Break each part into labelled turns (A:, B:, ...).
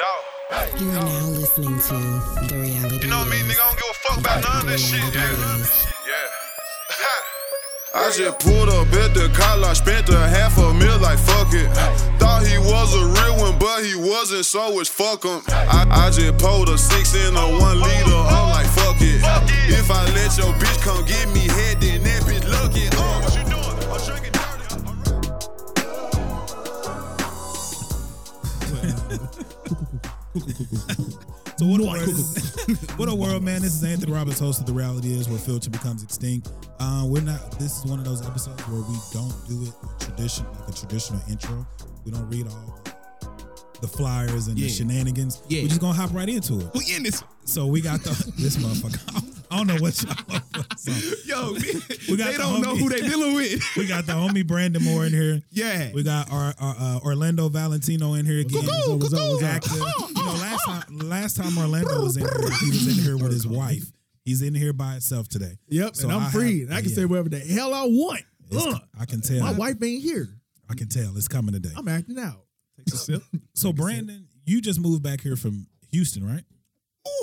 A: Uh-huh.
B: You are now listening to The Reality.
A: You know what I mean, nigga? I don't give a fuck about none of this shit. Yeah. Yeah. I just pulled up at the collar, spent a half a meal like fuck it. Thought he was a real one, but he wasn't, so it's fuck him. I, I just pulled a six in a one liter, I'm like fuck it. If I let your bitch come get me head, then that bitch look it. Uh. What you doing? I'm drinking dirty.
C: So what a world, what a world, man! This is Anthony Robbins, host of The Reality Is, where filter becomes extinct. Uh, we're not. This is one of those episodes where we don't do it a tradition like a traditional intro. We don't read all the flyers and
D: Yeah.
C: the shenanigans.
D: Yeah.
C: We're just gonna hop right into it.
D: We in this.
C: So we got the this motherfucker. I don't know what y'all. so
D: Yo,
C: We
D: we
C: got
D: they
C: the
D: don't know
C: homie.
D: who they dealing with.
C: we got the homie Brandon Moore in here.
D: Yeah.
C: We got our, our uh, Orlando Valentino in here again.
D: Cuckoo,
C: What's up, what's
D: cuckoo.
C: up, what's up? You know, last time, last time Orlando was in here, he was in here with his wife. He's in here by himself today.
E: Yep,
C: So
E: and I'm
C: I
E: free.
C: have-
E: and I can
C: yeah.
E: say whatever the hell I want.
C: It's-
E: Ugh.
C: I can tell.
E: my wife ain't here.
C: I can tell. It's coming today.
E: I'm acting out.
C: So Brandon, you just moved back here from Houston, right?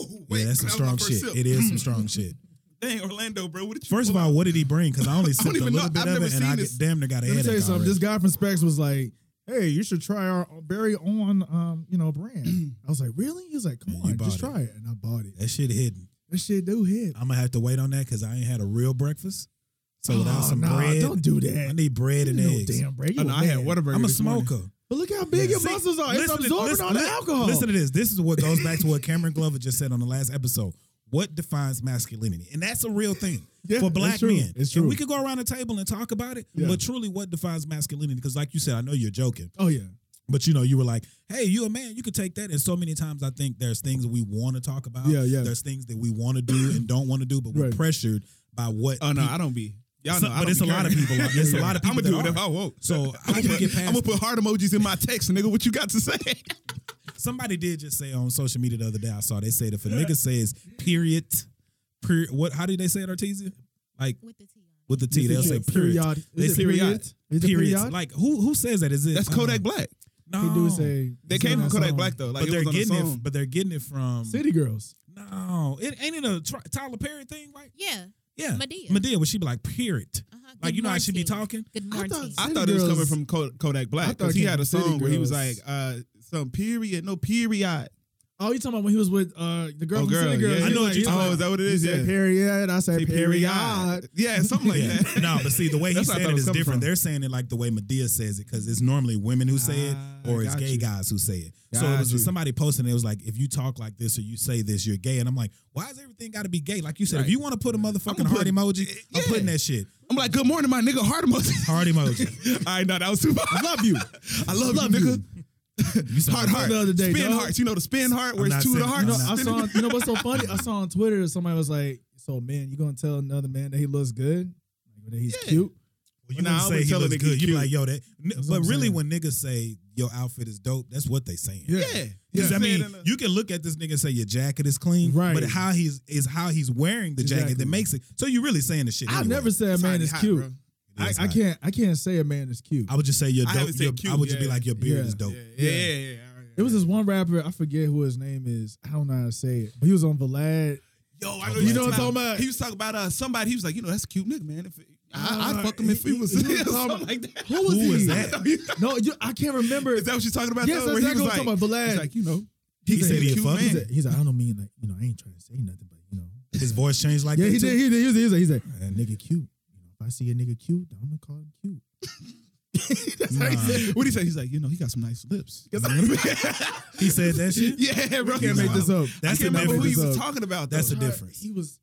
D: Ooh,
C: yeah, that's some
D: that was my
C: strong
D: first
C: shit.
D: sip.
C: It is some strong shit.
D: Dang, Orlando, bro. What did you
C: First of all, what did he bring? Because I only sipped a
D: even
C: little
D: know.
C: bit
D: I've
C: of
D: never
C: it, and I
D: seen
C: get,
D: this.
C: damn near got a
E: Let me
C: headache.
E: tell you something.
C: already.
E: This guy from Specs was like, "Hey, you should try our very own, um, you know, brand." I was like, "Really?" He was like, "Come
C: And you
E: on, just
C: bought it.
E: try it." And I bought it.
C: that shit hidden.
E: That shit do hit.
C: I'm gonna have to wait on that because I ain't had a real breakfast. So
E: Oh,
C: without some
E: nah,
C: bread,
E: don't do that.
C: I need bread and
E: You know,
C: eggs.
E: damn break.
D: Oh, no, I had Whataburger.
C: I'm a
D: this morning.
C: smoker.
E: But look how big your
C: See,
E: muscles are. It's
C: listen to-
E: absorbing
C: listen-
E: all the
C: li-
E: alcohol.
C: Listen to this. This is what goes back to what Cameron Glover just said on the last episode. What defines masculinity? And that's a real thing
E: Yeah,
C: for
E: it's
C: black
E: true.
C: men.
E: It's
C: And
E: true.
C: we could go around the table and talk about it,
E: Yeah.
C: but truly, what defines masculinity? Because, like you said, I know you're joking,
E: Oh yeah.
C: but you know, you were like, "Hey, you a man? You could take that." And so many times, I think there's things that we want to talk about.
E: Yeah, yeah.
C: There's things that we want to do and don't want to do, but we're
E: Right.
C: pressured by what.
D: Oh no,
C: peop-
D: I don't be. Y'all
C: So-
D: know, I
C: but
D: don't
C: it's
D: be
C: a lot of
D: caring.
C: people out- it's a lot of people
D: I'ma
C: that
D: do whatever
C: are.
D: I want.
C: So, how
D: I'm
C: do you
D: gonna
C: get
D: put,
C: past
D: I'm gonna
C: that?
D: put heart emojis in my text, nigga. What you got to say?
C: Somebody did just say on social media the other day. I saw they said if a nigga says period, per, what? How did they say it, Artesia? Like
F: with the T.
C: with the T,
E: Is it
C: they'll say
E: just
C: period.
E: period? Is
C: They
E: it
C: say
E: period? Is it
C: Periods.
E: period?
C: Like who who says that? Is it
D: That's
C: uh,
D: Kodak Black.
C: No,
E: They do say
D: They
E: it's
D: came
E: on
D: from Kodak
E: that song.
D: Black though. Like
C: but they're
D: it was
C: getting
D: on the
C: it.
D: song.
C: But they're getting it from.
E: City Girls.
C: No, it ain't it a tri- Tyler Perry thing, right?
F: Yeah.
C: Yeah,
F: Madea.
C: Medea, where she be like period.
F: Uh-huh.
C: Like,
F: Good
C: you know how
F: morning.
C: she be talking?
F: Good
E: I
F: morning.
E: thought-
D: I
E: City
D: thought it was coming
E: Girls-
D: from Ko- Kodak
E: I
D: Black
E: thought
D: because
E: it
D: he
E: came
D: had a
E: from City
D: song where he was like,
E: Girls.
D: uh, "Some period, no period."
E: Oh, you talking about when he was with uh, the girl
D: Oh,
E: from
D: girl,
E: City Girls?
D: yeah.
C: I know what
E: He
C: you-
E: was
C: oh,
D: is that what it
E: you
D: is?
E: said
D: Yeah.
E: Period. I said
D: Say
E: period.
D: Yeah, something like
C: Yeah.
D: that.
C: no, but see, the way he
D: That's where I
C: said
D: thought
C: it
D: it
C: is
D: was coming
C: different.
D: from.
C: They're saying it like the way Medea says it because it's normally women who say it
D: Ah,
C: or it's
D: got
C: gay
D: you.
C: guys who say it. so it
D: Got
C: was
D: you.
C: somebody posting it, it was like, if you talk like this or you say this, you're gay. And I'm like, why is everything got to be gay? Like you said, if
D: Right.
C: you want to put a motherfucking
D: I'ma
C: heart
D: put-
C: emoji, I'm
D: yeah.
C: putting that shit.
D: I'm like, "Good morning, my nigga." Heart emoji.
C: Heart emoji.
D: All right, no, that was too much. I love you. I love,
E: Love
D: you, nigga.
C: You sound
D: Heart,
C: like-
D: heart.
E: the other day,
D: spin
E: dog.
D: hearts. You know the spin heart where
C: I'm
D: it's two
C: not
D: of the
C: saying-
D: hearts.
C: No,
E: You know, I
D: Spin-
E: saw. You know what's so funny? I saw on Twitter somebody was like, "So man, you gonna tell another man that he looks good, like, that he's
D: Yeah.
E: cute?"
C: Well, you
D: Nah, I
C: wouldn't say
D: wouldn't
C: he
D: tell a
C: looks
D: nigga
C: good. You be
D: cute.
C: like, yo, that. n-
E: That's what
C: But
E: I'm
C: really,
E: saying.
C: when niggas say your outfit is dope, that's what they saying.
D: Yeah.
C: Because I
D: Saying
C: mean,
D: in the-
C: you can look at this nigga and say your jacket is clean,
E: Right.
C: But how he's is how he's wearing the jacket that
E: Exactly.
C: makes it. So you're really saying the shit.
E: I
C: anyway.
E: never say a
D: It's
E: man
D: already
E: is
D: hot,
E: cute.
D: bro.
E: I,
C: It's
E: I
C: hot.
E: can't. I can't say a man is cute.
C: I would just say your
D: I
C: dope.
D: haven't said
C: your-
D: cute,
C: I would just be
D: yeah.
C: like your beard
E: Yeah.
C: is dope.
D: Yeah, yeah, yeah. yeah, yeah.
E: It was this one rapper. I forget who his name is. I don't know how to say it, but he was on Vlad.
D: Yo, I know
E: You
D: you
E: know
D: know
E: what I'm
D: talking
E: talking about?
D: about. He was talking about uh, somebody. He was like, you know, that's a cute nigga, man. If I,
E: Uh,
D: I'd fuck him if he was
E: you know what I'm talking
D: something
E: about?
D: like that.
E: Who was
C: Who
E: he?
C: is that?
E: no, you, I can't remember.
D: Is that what you're talking about?
E: Yes,
D: though?
E: that's
D: Where he
E: exactly
D: was
E: what I'm
D: like,
E: talking about.
D: he's
E: Vlad.
D: like, you know,
C: He
D: he's
C: said
D: a
C: he a
D: cute
C: fuck.
D: man.
E: He's like, he's like, I don't mean like you know. I ain't trying to say nothing, but you know.
C: His voice changed like
E: Yeah,
C: that.
E: he
C: too?
E: did. He did. He was. He was. He's like,
C: Man,
E: nigga cute. You know, if I see a nigga cute, I'm gonna call him cute.
D: That's how he
C: Nah.
D: said- What he say? He's like, you know, he got some nice lips.
C: He said that shit.
D: yeah, bro.
E: Can't make this up.
D: I
C: That's
D: can't
C: the
D: remember who
C: difference.
D: he was
E: Up.
D: talking about.
C: That's
D: though.
G: oh,
C: the difference.
E: He was.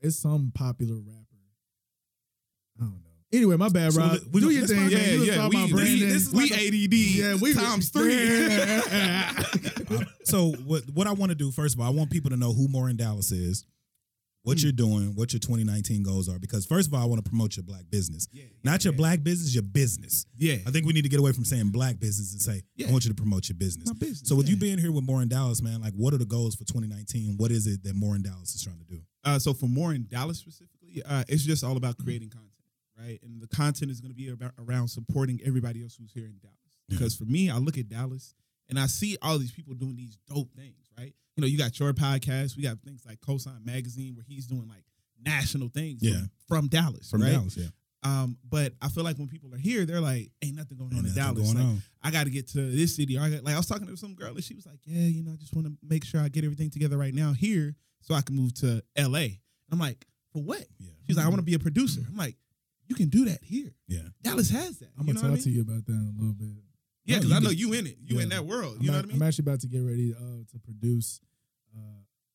E: It's some popular rapper. I don't know. Anyway, my bad,
C: So
E: Rob.
C: th- we-
E: Do your
C: that's
E: thing.
C: fine,
E: man.
C: man.
D: yeah,
E: You
C: was
D: yeah.
E: talking
D: We,
E: about
D: we,
E: Brandon.
D: this is like
E: We-
D: a-
E: yeah,
D: ADD
E: we-
D: times three.
C: so what what I want to do first of all, I want people to know who More in Dallas is, what you're doing, what your 2019 goals are. Because first of all, I want to promote your black business, not your black business, your business.
D: Yeah.
C: I think we need to get away from saying black business and say I
D: Yeah.
C: want you to promote your business.
D: My business,
C: So with you
D: yeah.
C: being here with More in Dallas, man, like what are the goals for 2019? What is it that More in Dallas is trying to do?
D: Uh, so for more in Dallas specifically, uh, it's just all about creating content, right? And the content is going to be about, around supporting everybody else who's here in Dallas. Because for me, I look at Dallas and I see all these people doing these dope things, right? You know, you got your podcast, we got things like Cosign Magazine where he's doing like national things
C: Yeah.
D: from, from Dallas,
C: From
D: right?
C: Dallas, yeah.
D: Um, but I feel like when people are here, they're like, "Ain't nothing going
C: Ain't
D: on in
C: nothing
D: Dallas.
C: going
D: like,
C: on.
D: I got to get to this city." Or I got, like I was talking to some girl, and she was like, "Yeah, you know, I just want to make sure I get everything together right now here, so I can move to L.A." I'm like, "For what?"
C: Yeah.
D: She's like, "I want to be a producer." I'm like, "You can do that here.
C: Yeah.
D: Dallas has that."
G: I'm
D: you
G: gonna talk
D: know what I
G: to
D: mean?
G: you about that in a little bit.
C: No,
D: Yeah, because
C: you
D: I know
C: can-
D: you in it. You in
G: Yeah.
D: that world.
G: I'm
D: you know
G: act-
D: what I mean?
G: I'm actually about to get ready uh, to produce. Uh,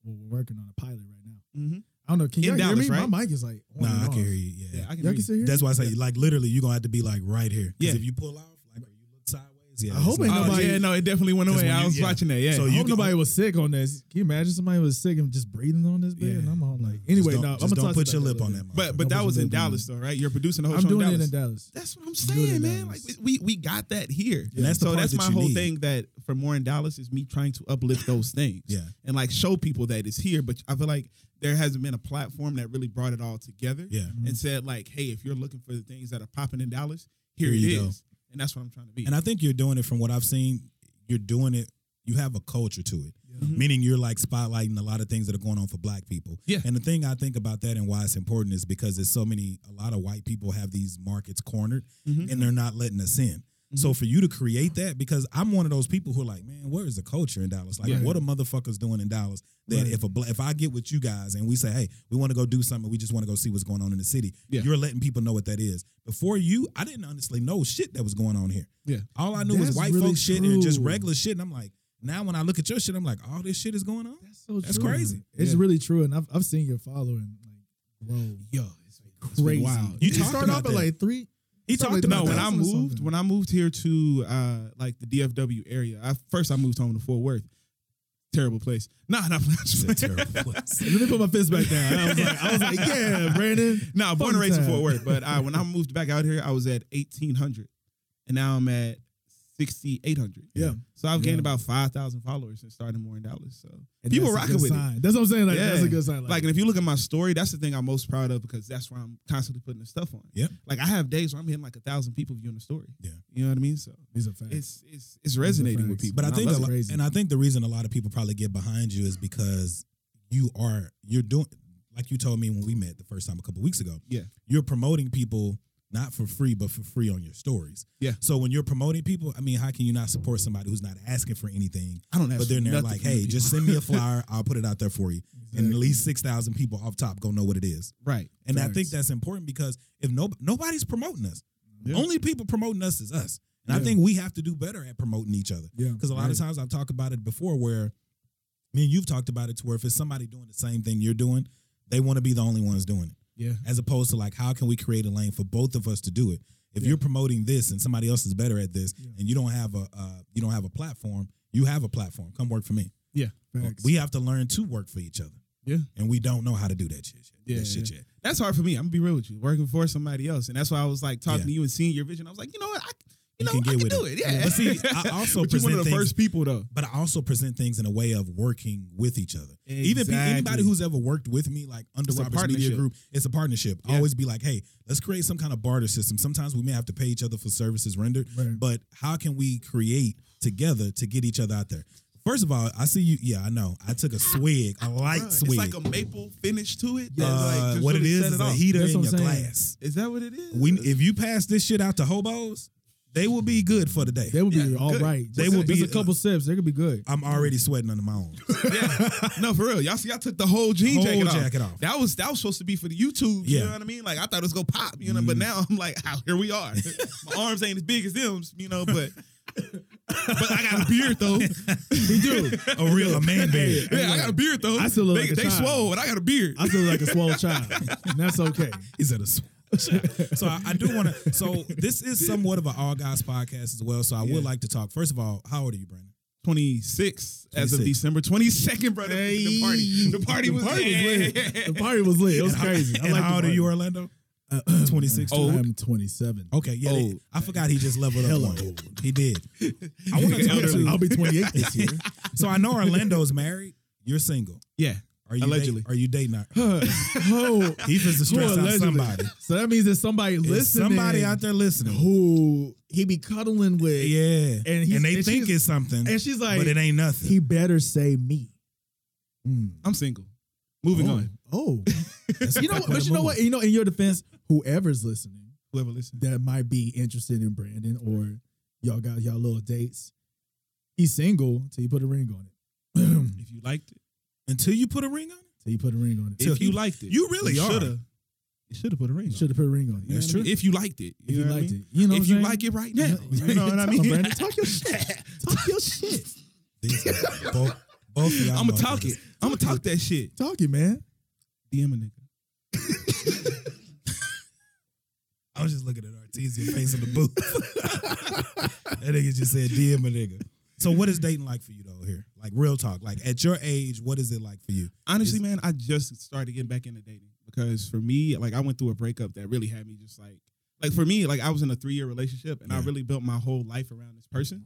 G: well, we're working on a pilot right now.
D: mm-hmm.
G: I don't know. Can
D: In
G: you hear
D: Dallas,
G: me?
D: right?
G: My mic is like. On and
C: Nah, I
G: off.
C: can hear you. Yeah.
D: Yeah, I can.
G: Y'all
D: read.
G: can still hear.
C: That's why I say like literally you're gonna have to be like right here. Because
D: Yeah.
C: if you pull off, like or you look sideways, yeah.
G: I hope
C: it's
G: ain't
C: not-
D: Oh,
G: nobody-
D: yeah, no, it definitely went
C: 'Cause
D: away.
C: when
D: I
C: you-
D: was
C: yeah.
D: watching that. Yeah.
C: So
G: I
C: you
G: hope
C: can-
G: nobody was sick on this. Can you imagine somebody was sick and just breathing on this bed?
C: Yeah.
G: And I'm all like,
C: Just
G: anyway,
C: don't-
G: no, I'm
C: just
G: gonna
C: don't
G: talk
C: put
G: to you about
C: your lip
G: that
C: on
G: later.
C: that.
D: But but
G: Nobody
D: that was
G: should
D: in
G: live in
D: Dallas though, right? You're producing the whole
G: I'm
D: show
G: doing
D: in
G: it
D: Dallas.
G: in Dallas.
D: That's what I'm
G: I'm doing it
D: saying,
G: in
D: man. Like
G: Dallas.
D: we, we we got that here.
C: And that's the
D: so
C: part
D: that's
C: that
D: my
C: you
D: whole
C: need.
D: thing that for more in Dallas is me trying to uplift those things.
C: Yeah.
D: And like show people that it's here. But I feel like there hasn't been a platform that really brought it all together.
C: Yeah.
D: And said, like, hey, if you're looking for the things that are popping in Dallas, here,
C: Here
D: it
C: you
D: is.
C: go.
D: And that's what I'm trying to be.
C: And I think you're doing it from what I've seen. You're doing it. You have a culture to it, meaning you're like spotlighting a lot of things that are going on for Black people.
D: Mm-hmm. Yeah.
C: And the thing I think about that and why it's important is because there's so many. A lot of white people have these markets cornered,
D: Mm-hmm.
C: and they're not letting us in. So for you to create that, because I'm one of those people who are like, man, where is the culture in Dallas? Like,
D: Yeah.
C: what are motherfuckers doing in Dallas? That if a bla- if I get with you guys and we say, hey, we want to go do something, we just want to go see what's going on in the city.
D: Yeah.
C: You're letting people know what that is. Before you, I didn't honestly know shit that was going on here.
D: yeah.
C: All I knew was
G: That's
C: white
G: really
C: folks shit and just
G: true.
C: regular shit. And I'm like, now when I look at your shit, I'm like, all this shit is going on.
G: That's so
C: That's
G: true.
C: crazy.
G: It's
D: Yeah.
G: really true, and I've I've seen your following like grow.
D: Yo, it's been
G: Crazy.
D: wild.
C: You
G: It
C: talked
G: started off
C: about
G: at
C: that.
G: like three.
C: He
G: Something
C: talked
G: like
C: about
D: No,
G: that.
D: when
C: that.
D: I
G: Thousand or
D: moved,
G: something.
D: when I moved here to uh like the DFW area, I first I moved home to Fort Worth. Terrible place. Nah, not
C: It's a terrible place.
G: Let me put my fist back down. I was like, I was like, yeah, Brandon.
D: Nah, born and
G: Fun
D: raised in
G: time.
D: Fort Worth, but uh, when I moved back out here, I was at eighteen hundred, and now I'm at sixty eight hundred.
G: Yeah.
D: So I've gained
G: Yeah.
D: about five thousand followers since starting more in Dallas. So
G: And
D: people
G: that's a
D: rocking
G: good
D: with it.
G: sign. That's what I'm saying. Like,
D: yeah.
G: that's a good sign.
D: Like, and if you look at my story, that's the thing I'm most proud of because that's where I'm constantly putting the stuff on.
C: Yep.
D: Like I have days where I'm hitting like a thousand people viewing the story.
C: Yeah.
D: You know what I mean? So
G: these are facts.
D: it's it's it's resonating with
G: facts.
D: people.
C: But I
D: and
C: think, a
D: love
C: lot,
D: it.
G: crazy.
C: and I think the reason a lot of people probably get behind you is because you are you're doing like you told me when we met the first time a couple weeks ago.
D: yeah,
C: You're promoting people not for free, but for free on your stories.
D: Yeah.
C: So when you're promoting people, I mean, how can you not support somebody who's not asking for anything?
D: I don't ask
C: But then
D: for
C: they're
D: nothing
C: like,
D: from you
C: hey, just
D: people."
C: send me a flyer. I'll put it out there for you, and at least six thousand people off top gonna know what it is.
D: right.
C: And I think that's important because if no nobody's promoting us,
D: Yeah.
C: only people promoting us is us. And I
G: Yeah.
C: think we have to do better at promoting each other.
G: Yeah,
C: Because a lot of times I've talked about it before where me and you've talked about it to where if it's somebody doing the same thing you're doing, they want to be the only ones doing it.
D: Yeah.
C: As opposed to like how can we create a lane for both of us to do it? If you're promoting this and somebody else is better at this and you don't have a uh, you don't have a platform, you have a platform. Come work for me.
D: Yeah.
G: Facts.
C: We have to learn to work for each other.
D: Yeah.
C: And we don't know how to do that shit. Yeah, that shit yet.
D: That's hard for me. I'm gonna be real with you. Working for somebody else, and that's why I was like talking
C: Yeah.
D: to you and seeing your vision. I was like, you know what, I, you, know,
C: can
D: I
C: get
D: can
C: with
D: do
C: it.
D: it. Yeah.
C: But see, I also
D: but you
C: present
D: one of the
C: things-
D: first people though.
C: but I also present things in a way of working with each other. Even pe- anybody
D: Exactly.
C: who's ever worked with me, like under
D: It's a
C: Roberts Media
D: partnership.
C: Group, it's a partnership. I
D: Yeah.
C: always be like, hey, let's create some kind of barter system. Sometimes we may have to pay each other for services rendered,
G: Right.
C: but how can we create together to get each other out there? First of all, I see you. Yeah, I know. I took a swig, a light
D: Bruh,
C: swig.
D: It's like a maple finish to it. that's
C: Uh,
D: like just
C: what it
D: really
C: is
D: set
C: is a
D: off.
C: heater in
G: That's
C: your
G: what I'm saying.
C: glass.
D: Is that what it is?
C: We, if you pass this shit out to hobos, they will be good for the day.
G: They would be
D: Yeah,
G: all
D: good.
G: right.
C: They
G: Just-
C: would
G: just
C: be,
G: a couple sips. They could be good.
C: I'm already sweating under my own.
D: yeah. No, for real. Y'all see, I took the whole jean
C: Whole
D: jacket,
C: jacket
D: off.
C: off.
D: That was that was supposed to be for the YouTube. You
C: Yeah. Mm.
D: know what I mean? Like I thought it was gonna pop. You know, but now I'm like, oh, here we are. My arms ain't as big as them. You know, but but I got a beard though.
C: He do a real a man beard.
D: Yeah, I got a beard though.
G: I still look
D: they,
G: like a
D: they
G: child.
D: swole, and I got a beard.
G: I feel like a swole child, and that's okay.
C: He said a sw- so I, I do want to. So this is somewhat of an all guys podcast as well. So I would like to talk. First of all, how old are you, Brandon?
D: 26 as of
C: 26.
D: December 22nd, brother. The party. The party was, lit.
E: The party was lit. It was crazy. I
C: and
E: like
C: how old are you, Orlando?
E: Uh,
C: Twenty six.
D: Oh.
E: I'm 27.
C: Okay, yeah. they-
D: Old.
C: I forgot he just leveled up.
E: Hella
C: One. He did. I want to talk
E: I'll
C: to.
E: be 28 this year.
C: So I know Orlando's married. You're single.
D: Yeah.
C: Are you
D: Allegedly.
C: Date, are you dating her? He was to stress out
E: allegedly.
C: somebody.
E: Oh, So that means there's somebody
C: There's
E: listening.
C: somebody out there listening.
E: who he be cuddling with.
C: Yeah.
E: And
C: And,
E: he's-
C: they
E: and
C: think
E: she's-
C: it's something.
E: and she's like,
C: but it ain't nothing.
E: He better say me.
D: I'm single. Moving on.
E: Oh,
C: That's
E: you know,
C: a
E: what, but you know
C: move.
E: what? You know, in your defense, whoever's listening
D: Whoever listens.
E: that might be interested in Brandon or y'all got y'all little dates, he's single till you put a ring on it.
D: If you liked it.
C: Until you put a ring on it?
E: Till you put a ring on it.
D: If you liked it.
C: You really are.
D: Shoulda, you should have put a ring on it.
E: Should have put a ring on it.
C: That's
E: You know
C: true.
E: what
D: If you liked it.
E: If you
D: know what I
E: liked
D: mean?
E: it. You know what
D: If
E: I'm
D: you
E: saying?
D: like it right
E: I
D: now.
E: mean?
D: You know what I
E: Tell 'em,
D: mean?
E: Brandon, talk your shit. Talk your shit.
C: These are both, both of y'all
D: I'm going to talk it.
C: motherfuckers.
D: I'm going to talk that shit.
E: Talk it, man.
D: DM a nigga.
C: I was just looking at Artesia face in the booth. that nigga just said, DM a nigga. So what is dating like for you though here? Like real talk. Like at your age, what is it like for you?
D: Honestly, man, I just started getting back into dating because for me, like I went through a breakup that really had me just like, like for me, like I was in a three year relationship and I
C: Yeah.
D: really built my whole life around this person,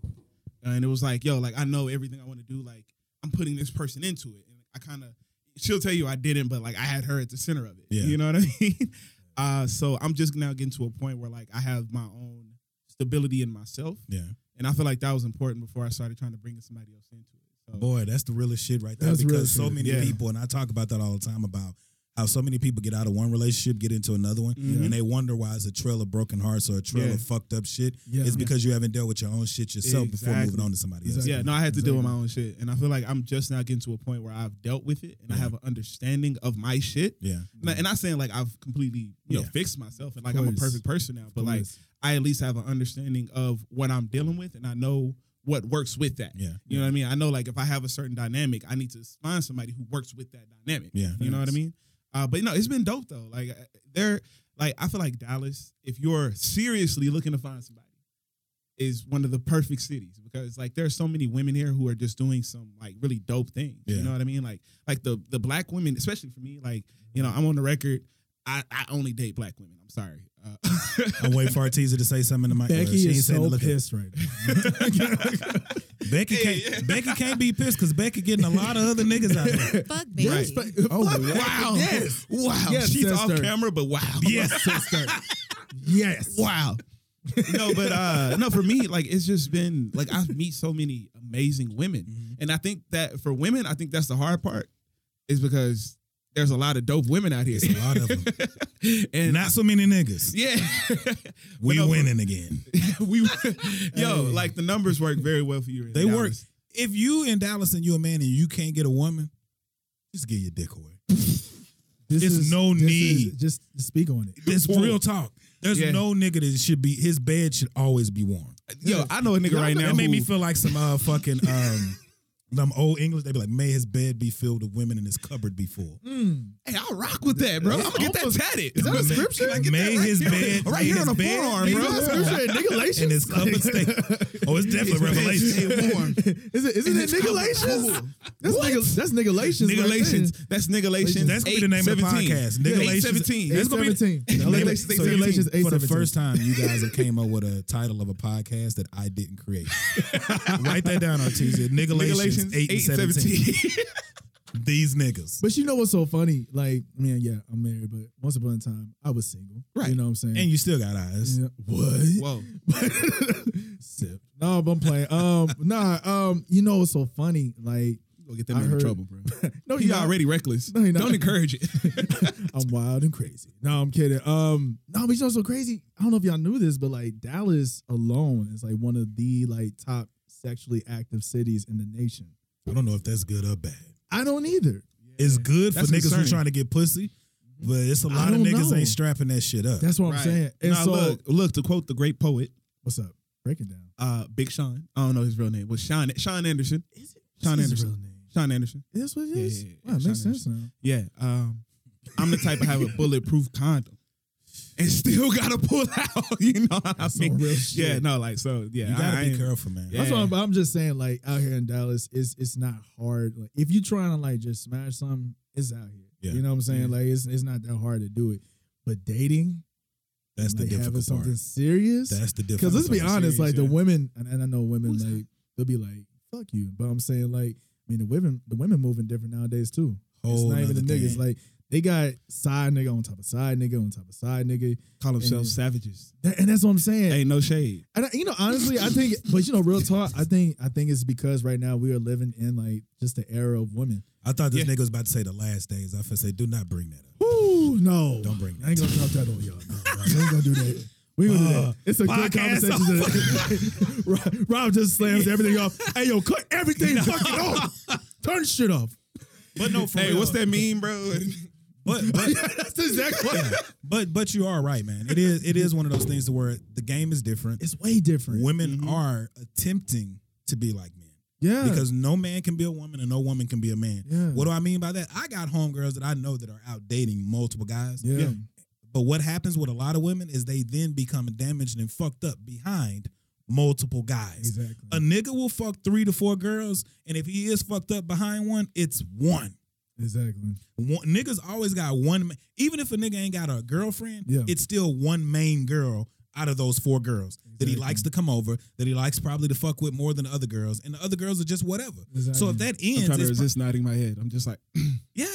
D: and it was like, yo, like I know everything I want to do, like I'm putting this person into it, and I kind of, she'll tell you I didn't, but like I had her at the center of it,
C: Yeah.
D: you know what I mean? Uh, so I'm just now getting to a point where like I have my own stability in myself,
C: Yeah.
D: and I feel like that was important before I started trying to bring somebody else into it. So,
C: Boy, that's the realest shit right there.
E: That's real
C: because so
E: shit.
C: many
D: Yeah.
C: people, and I talk about that all the time about how so many people get out of one relationship, get into another one,
D: Mhm.
C: and they wonder why it's a trail of broken hearts or a trail
D: Yeah.
C: of fucked up shit.
E: Yeah.
C: It's because you haven't dealt with your own shit yourself before
D: Exactly.
C: moving on to somebody else.
D: Yeah, no, I had to deal with my own shit, and I feel like I'm just now getting to a point where I've dealt with it and I
C: Yeah.
D: have an understanding of my shit.
C: Yeah.
D: And I- And I'm not saying like I've completely you know
C: Yeah.
D: fixed myself and like I'm a
E: course.
D: perfect person now, but like
E: course.
D: I at least have an understanding of what I'm dealing with, and I know what works with that.
C: Yeah.
D: you know what I mean. I know like if I have a certain dynamic, I need to find somebody who works with that dynamic.
C: Yeah.
D: you know what I mean. Uh, but no, it's been dope though. Like uh, there, like I feel like Dallas, if you're seriously looking to find somebody, is one of the perfect cities because like there's so many women here who are just doing some like really dope things.
C: Yeah.
D: You know what I mean? Like like the the black women, especially for me, like you know I'm on the record. I, I only date black women. I'm sorry. Uh,
C: I'm waiting for Artesia to say something to my ear.
E: Becky
C: She ain't
E: is
C: saying to
E: so
C: look at-
E: pissed right now.
C: Becky can't Becky can't be pissed because Becky getting a lot of other niggas out there.
F: Fuck Becky.
E: oh,
D: wow.
E: Yes.
D: Wow.
E: Yes,
D: She's off
E: sister.
D: camera, but wow.
C: Yes,
E: sister. Yes.
D: Wow. no, but uh no, for me, like it's just been like I meet so many amazing women. And I think that for women, I think that's the hard part is because there's a lot of dope women out here.
C: It's a lot of them.
D: and
C: Not so many niggas.
D: yeah.
C: We
D: But no,
C: winning again.
D: we yo, like the numbers work very well for you. in
C: They
D: Dallas.
C: work. If you in Dallas and you a man and you can't get a woman, just get your dick away.
E: This
C: It's no
E: this is-
C: need.
E: just speak on it.
C: It's
D: Whoa.
C: real talk. There's
D: Yeah.
C: no nigga that should be his bed should always be warm.
D: Yo, I know a nigga right now.
C: It made
D: who-
C: me feel like some uh fucking um them old English. They be like, may his bed be filled with women and his cupboard be full.
D: Mm, Hey, I'll rock with that, bro. I'm gonna get that tatted. Is
C: May- May his bed
D: right
C: may
D: here
C: his
D: on the
C: bed
D: forearm,
C: be
D: bro.
C: warm.
E: Niggalation?
C: And his cupboard stay. Oh, it's definitely revelation.
E: Is it, isn't it
D: It's called
E: niggalations?
D: cool.
E: That's, nigga, that's niggalations.
D: Niggalations. That's niggalations.
C: That's gonna be the name of the podcast. Niggalations.
D: Niggalations. 17.
E: Right
D: That's
E: there.
D: gonna be.
E: 817.
D: Niggalations,
C: So you-
D: 817.
C: for the
E: 817.
C: first time, you guys have came up with a title of a podcast that I didn't create. Write that down, Artesia. Niggalations,
D: Niggalations.
C: 8 and 17.
D: 17.
C: These niggas.
E: But you know what's so funny? Like, man, yeah, I'm married, but once upon a time, I was single.
D: Right.
E: You know what I'm saying?
C: And you still got eyes.
E: Yeah. What?
D: Whoa.
E: Sip. No, but I'm playing. Um, nah. Um, you know what's so funny? Like,
D: Go get that
E: I
D: man in
E: heard-
D: trouble, bro.
E: no,
D: He
E: you're not.
D: already reckless.
E: No, he not.
D: Don't encourage it.
E: I'm wild and crazy. No, I'm kidding. Um, no, but you know what's so crazy. I don't know if y'all knew this, but like Dallas alone is like one of the like top sexually active cities in the nation.
C: I don't know if that's good or bad.
E: I don't either.
C: It's good for
D: That's
C: niggas who
D: concerning.
C: trying to get pussy, but it's a lot of
E: don't
C: niggas
E: know.
C: ain't strapping that shit up.
E: That's what I'm saying. And
D: Nah,
E: so,
D: look, look, to quote the great poet,
E: what's up? Break it down.
D: uh, Big Sean. I don't know his real name, but Sean Sean Anderson.
E: Is it?
D: Sean
E: What's his
D: Anderson.
E: real name?
D: Sean Anderson.
E: That's what it is.
D: Yeah, yeah, yeah.
E: Wow, it makes
D: Sean
E: sense now.
D: Yeah. Um, I'm the type to have a bulletproof condom. and still gotta pull out. You know what I mean?
C: some real
D: Yeah,
C: shit.
D: no, like so. Yeah,
C: You gotta
D: I- I
C: be
D: ain't-
C: careful, man.
D: Yeah.
E: That's what I'm, I'm just saying. Like out here in Dallas, it's it's not hard. Like if you're trying to like just smash something, it's out here.
C: Yeah.
E: You know what I'm saying? Like it's it's not that hard to do it. But dating,
C: That's the
E: like having
C: difficult part.
E: something serious.
C: That's the difficult.
E: Because let's be
C: part.
E: honest, like the
D: yeah.
E: women, and, and I know women like they'll be like, "Fuck you," but I'm saying like, I mean the women, the women moving different nowadays too.
C: Whole
E: it's not even the
C: nother
E: niggas.
C: thing.
E: Like they got side nigga on top of side nigga on top of side nigga,
D: call themselves
E: And-
D: savages.
E: That- and that's what I'm saying.
D: Ain't no shade.
E: And I, you know, honestly, I think, but you know, real talk, I think, I think it's because right now we are living in like just the era of women.
C: I thought this
D: Yeah.
C: nigga was about to say the last days. I finna say, do not bring that up.
E: Ooh, no,
C: Don't bring that.
E: I ain't gonna drop that on y'all. No, Rob, we ain't gonna do that. We ain't gonna do
C: Uh,
E: that. It's a good
C: podcast
E: conversation. to- Rob, Rob just slams everything off. Hey, yo, cut everything fucking off. Turn shit off.
C: But no, for
D: Hey,
C: real.
D: what's that mean, bro?
C: But but
E: That's the exact one.
C: but but you are right, man. It is it is one of those things to where the game is different.
E: It's way different. Mm-hmm.
C: Women are attempting to be like men.
E: yeah,
C: Because no man can be a woman and no woman can be a man.
E: Yeah.
C: What do I mean by that? I got homegirls that I know that are out dating multiple guys.
E: yeah, yeah,
C: But what happens with a lot of women is they then become damaged and fucked up behind multiple guys.
E: Exactly.
C: A nigga will fuck three to four girls, and if he is fucked up behind one, it's one.
E: exactly.
C: One, niggas always got one. ma- Even if a nigga ain't got a girlfriend,
E: Yeah.
C: it's still one main girl out of those four girls that he likes to come over, that he likes probably to fuck with more than the other girls, and the other girls are just whatever. So
E: Exactly.
C: if that
D: I'm
C: ends,
D: trying to
C: it's pro-
D: resist nodding my head. I'm just like,
C: yeah,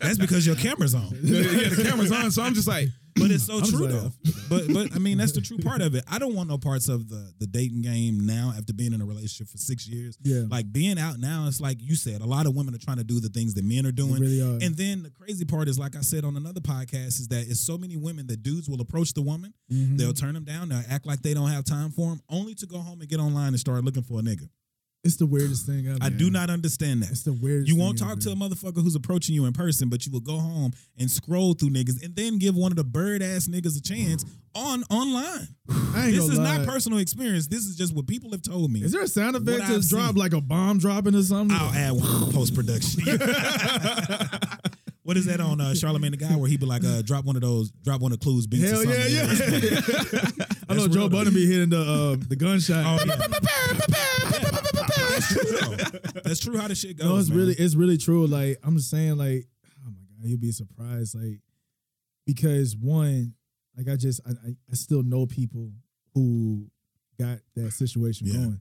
C: that's because your camera's on.
D: yeah, the camera's on, so I'm just like, oh.
C: But it's so
E: I'm
C: true
E: sorry.
C: though. But but I mean that's the true part of it. I don't want no parts of the the dating game now after being in a relationship for six years.
E: Yeah.
C: Like being out now, it's like you said, a lot of women are trying to do the things that men are doing.
E: really are.
C: And then the crazy part is, like I said on another podcast, is that it's so many women that dudes will approach the woman,
D: Mm-hmm.
C: they'll turn them down, they'll act like they don't have time for them, only to go home and get online and start looking for a nigga.
E: It's the weirdest thing. Ever.
C: I do not understand that.
E: It's the weirdest.
C: You won't
E: thing
C: talk
E: ever.
C: to a motherfucker who's approaching you in person, but you will go home and scroll through niggas and then give one of the bird ass niggas a chance on online.
E: I ain't
C: This
E: gonna
C: is
E: lie.
C: not personal experience. This is just what people have told me.
E: Is there a sound
C: What
E: effect
C: I've
E: that's drop
C: seen.
E: like a bomb dropping or something?
C: I'll add one post production. What is that on uh, Charlemagne the guy where he be like, uh, drop one of those, drop one of Clues beats? or
E: Hell
C: something.
E: yeah, yeah. I know
C: That's
E: Joe
C: real,
E: Budden be hitting the uh, the gunshot.
C: Oh, yeah. That's true. though. That's true how the shit goes.
E: no, it's
C: man.
E: really it's really true. Like I'm just saying, like oh my god, you'd be surprised, like because one, like I just I I, I still know people who got that situation
C: Yeah.
E: going,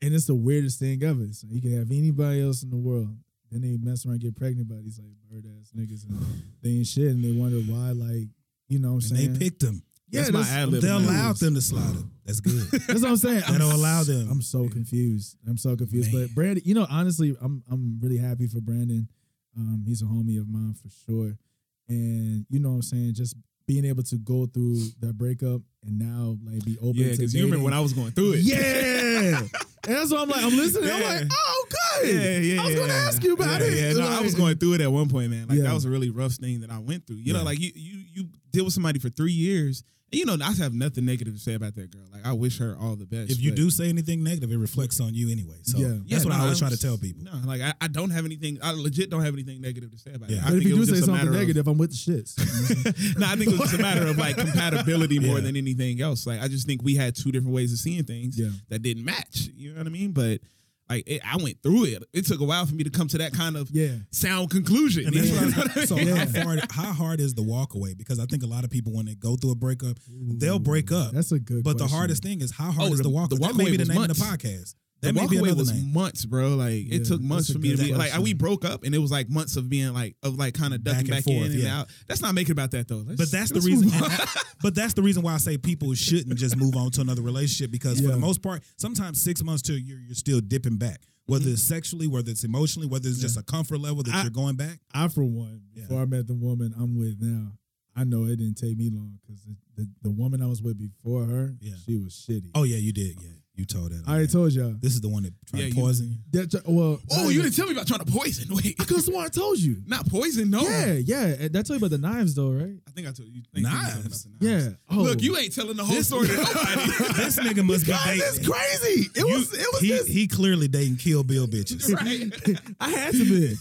E: and it's the weirdest thing ever. So you can have anybody else in the world. Then they mess around, and get pregnant by these like bird ass niggas, and they ain't shit, and they wonder why, like you know, what I'm
C: And
E: saying
C: they picked him.
E: Yeah,
D: my
E: that's-
D: ad-lib,
C: They
D: man.
C: allowed them to slide him. That's good.
E: That's what I'm saying.
C: They don't allow them.
E: I'm so confused. I'm so confused.
C: Man.
E: But Brandon, you know, honestly, I'm I'm really happy for Brandon. Um, he's a homie of mine for sure. And you know what I'm saying? Just being able to go through that breakup and now like be open
D: yeah,
E: to
D: because you remember when I was going through it.
E: Yeah. and that's why I'm like, I'm listening. I'm
D: Yeah.
E: like, oh good.
D: Yeah, yeah,
E: I was gonna
D: yeah.
E: ask you about
D: yeah,
E: it.
D: Yeah, no, I
E: Like-
D: was going through it at one point, man. Like
E: Yeah.
D: that was a really rough thing that I went through. You
C: Yeah.
D: know, like you you you deal with somebody for three years, and you know, I have nothing negative to say about that girl. Like I wish her all the best.
C: if you
D: but-
C: do say anything negative, it reflects on you anyway. So
E: Yeah.
C: that's what I
D: no,
C: always try
D: I'm
C: to
D: just-
C: tell people.
D: No, like I, I don't have anything. I legit don't have anything negative to say about
C: Yeah.
D: it. I
E: But if
D: think
E: you
D: it
E: do
D: was
E: say
D: just a
E: something
D: matter of-
E: negative, I'm with the shits.
D: no, I think it was just a matter of like compatibility more
C: Yeah.
D: than anything else. Like I just think we had two different ways of seeing things
E: Yeah.
D: that didn't match. You know what I mean? But like it, I went through it. It took a while for me to come to that kind of
E: Yeah.
D: sound conclusion.
C: And
D: You
C: that's
D: know
C: what I-
D: what I mean?
C: so how hard how hard is the walk away? Because I think a lot of people when they go through a breakup, they'll break up.
E: that's a good
C: But the
E: question.
C: hardest thing is how hard
D: Oh,
C: is
D: the-
C: the walk
D: the
C: away? That
D: walk
C: may
D: away
C: be the
D: was
C: name of
D: months.
C: the podcast.
D: The
C: That may
D: walk
C: be
D: away
C: another
D: was
C: name.
D: months, bro. Like
E: Yeah,
D: it took months
E: that's
D: for
E: a
D: me to
E: good
D: be like I,
E: question.
D: we broke up, and it was like months of being like of like kind of
C: Back
D: ducking
C: and
D: back,
C: forth,
D: in and
C: yeah.
D: out. That's not making about that though. Let's-
C: But that's the
D: let's
C: reason.
D: move on.
C: and that- but that's the reason why I say people shouldn't just move on to another relationship because for
E: Yeah.
C: the most part, sometimes six months to a year, you're still dipping back. Whether
E: Mm-hmm.
C: it's sexually, whether it's emotionally, whether it's just a comfort level that
E: I-
C: you're going back.
E: I, for one, before I met the woman I'm with now, I know it didn't take me long because the, the, the woman I was with before her,
C: Yeah.
E: she was shitty.
C: Oh yeah, you did. Yeah, you told that.
E: I already told y'all.
C: This is the one that tried
D: Yeah,
C: to
D: you-
C: poison you.
E: That, well,
D: oh, you didn't tell me about trying to poison. Wait,
E: I could have sworn I told you.
D: not poison. No,
E: Yeah, yeah. Did I tell you about the knives though, right?
D: I think I told you.
C: Knives.
E: Yeah. Oh,
D: Look, you ain't telling the whole story to nobody.
C: this nigga must be
E: Guys, it's
C: dating.
E: crazy. It
C: You-
E: was. It was
C: he,
E: this.
C: he clearly dating Kill Bill bitches.
D: right?
E: I had to be.